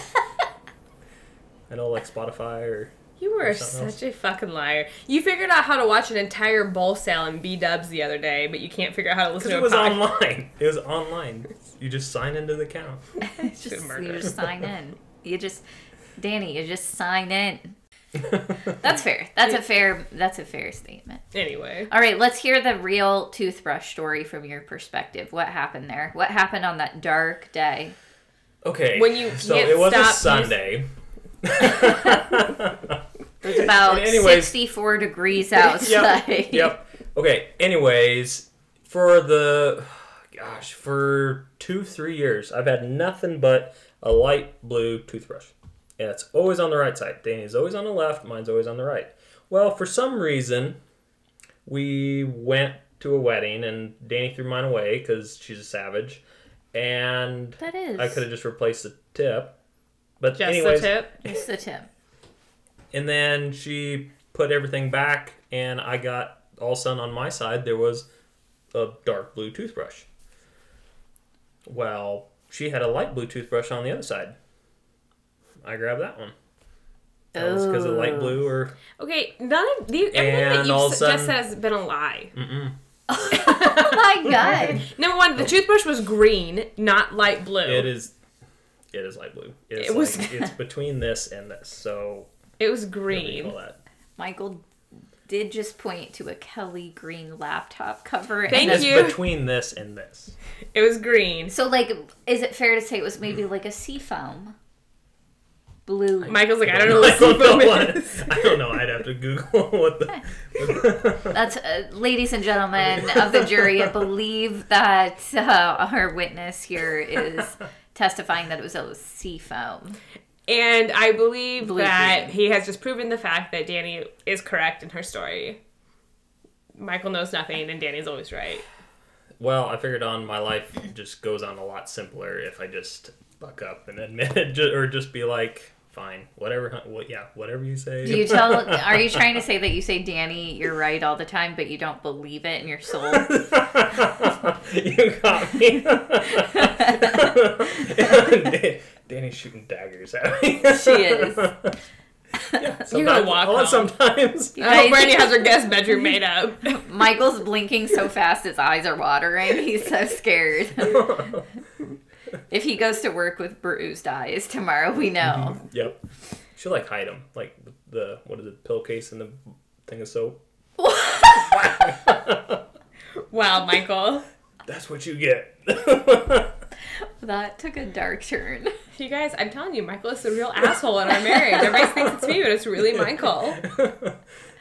I know like Spotify or You were such something else. a fucking liar. You figured out how to watch an entire bowl sale in B Dubs the other day, but you can't figure out how to listen because to it a was podcast. online. It was online. You just sign into the account. just, you just sign in. You just, Danny, you just sign in. That's fair. That's a fair. That's a fair statement. Anyway, All right, let's hear the real toothbrush story from your perspective. What happened there? What happened on that dark day? Okay. When you so can't it was stop a use- Sunday. It was about And anyways- 64 degrees outside. Yep. yep. Okay. Anyways, for the gosh, for two three years, I've had nothing but a light blue toothbrush, and it's always on the right side. Danny's always on the left. Mine's always on the right. Well, for some reason, we went to a wedding, and Danny threw mine away because she's a savage, and That is. I could have just replaced the tip. But just anyways, the tip. Just the tip. and then she put everything back and i got all of a sudden on my side there was a dark blue toothbrush well she had a light blue toothbrush on the other side i grabbed that one that was because of light Oh. blue or Okay, none of the everything And that all you've of a s- sudden- Mm. just said has been a lie. Oh my god. Number one, the toothbrush was green, not light blue. Oh. it is it is light blue it's It was- like, it's between this and this so It was what do you green. call that Michael did just point to a Kelly Green laptop cover. Thank and a- it's you. between this and this It was green. So, like, is it fair to say it was maybe like a sea foam? Blue. Michael's like, I don't know I what don't know sleepover what. is. I don't know. I'd have to Google what the. That's, uh, ladies and gentlemen of the jury, I believe that uh, our witness here is testifying that it was a sea foam. And I believe Blue that green. he has just proven the fact that Danny is correct in her story. Michael knows nothing, and Danny's always right. well, I figured on my life just goes on a lot simpler if I just buck up and admit it, ju- or just be like, fine, whatever. hun- What? Yeah, whatever you say. Do you tell? Are you trying to say that you say Danny, you're right all the time, but you don't believe it in your soul? you got me. Dan- Danny's shooting daggers at me. She is. Yeah, You're gonna sometimes- walk well, home. sometimes. You I hope guys- Brandy has her guest bedroom made up. Michael's blinking so fast his eyes are watering. He's so scared. if he goes to work with bruised eyes tomorrow, we know. Yep. She'll like hide them, like the, the what is it, pillowcase and the thing of soap. Wow, Michael. That's what you get. That took a dark turn. You guys, I'm telling you, Michael is the real asshole in our marriage. Everybody thinks it's me, but it's really Michael.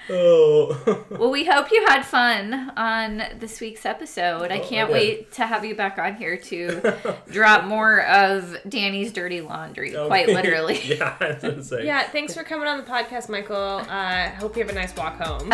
oh. Well, we hope you had fun on this week's episode. I Oh, I can't did. wait to have you back on here to drop more of Danny's dirty laundry, quite Okay. literally. yeah, I was gonna say. Yeah, thanks for coming on the podcast, Michael. Uh, hope you have a nice walk home.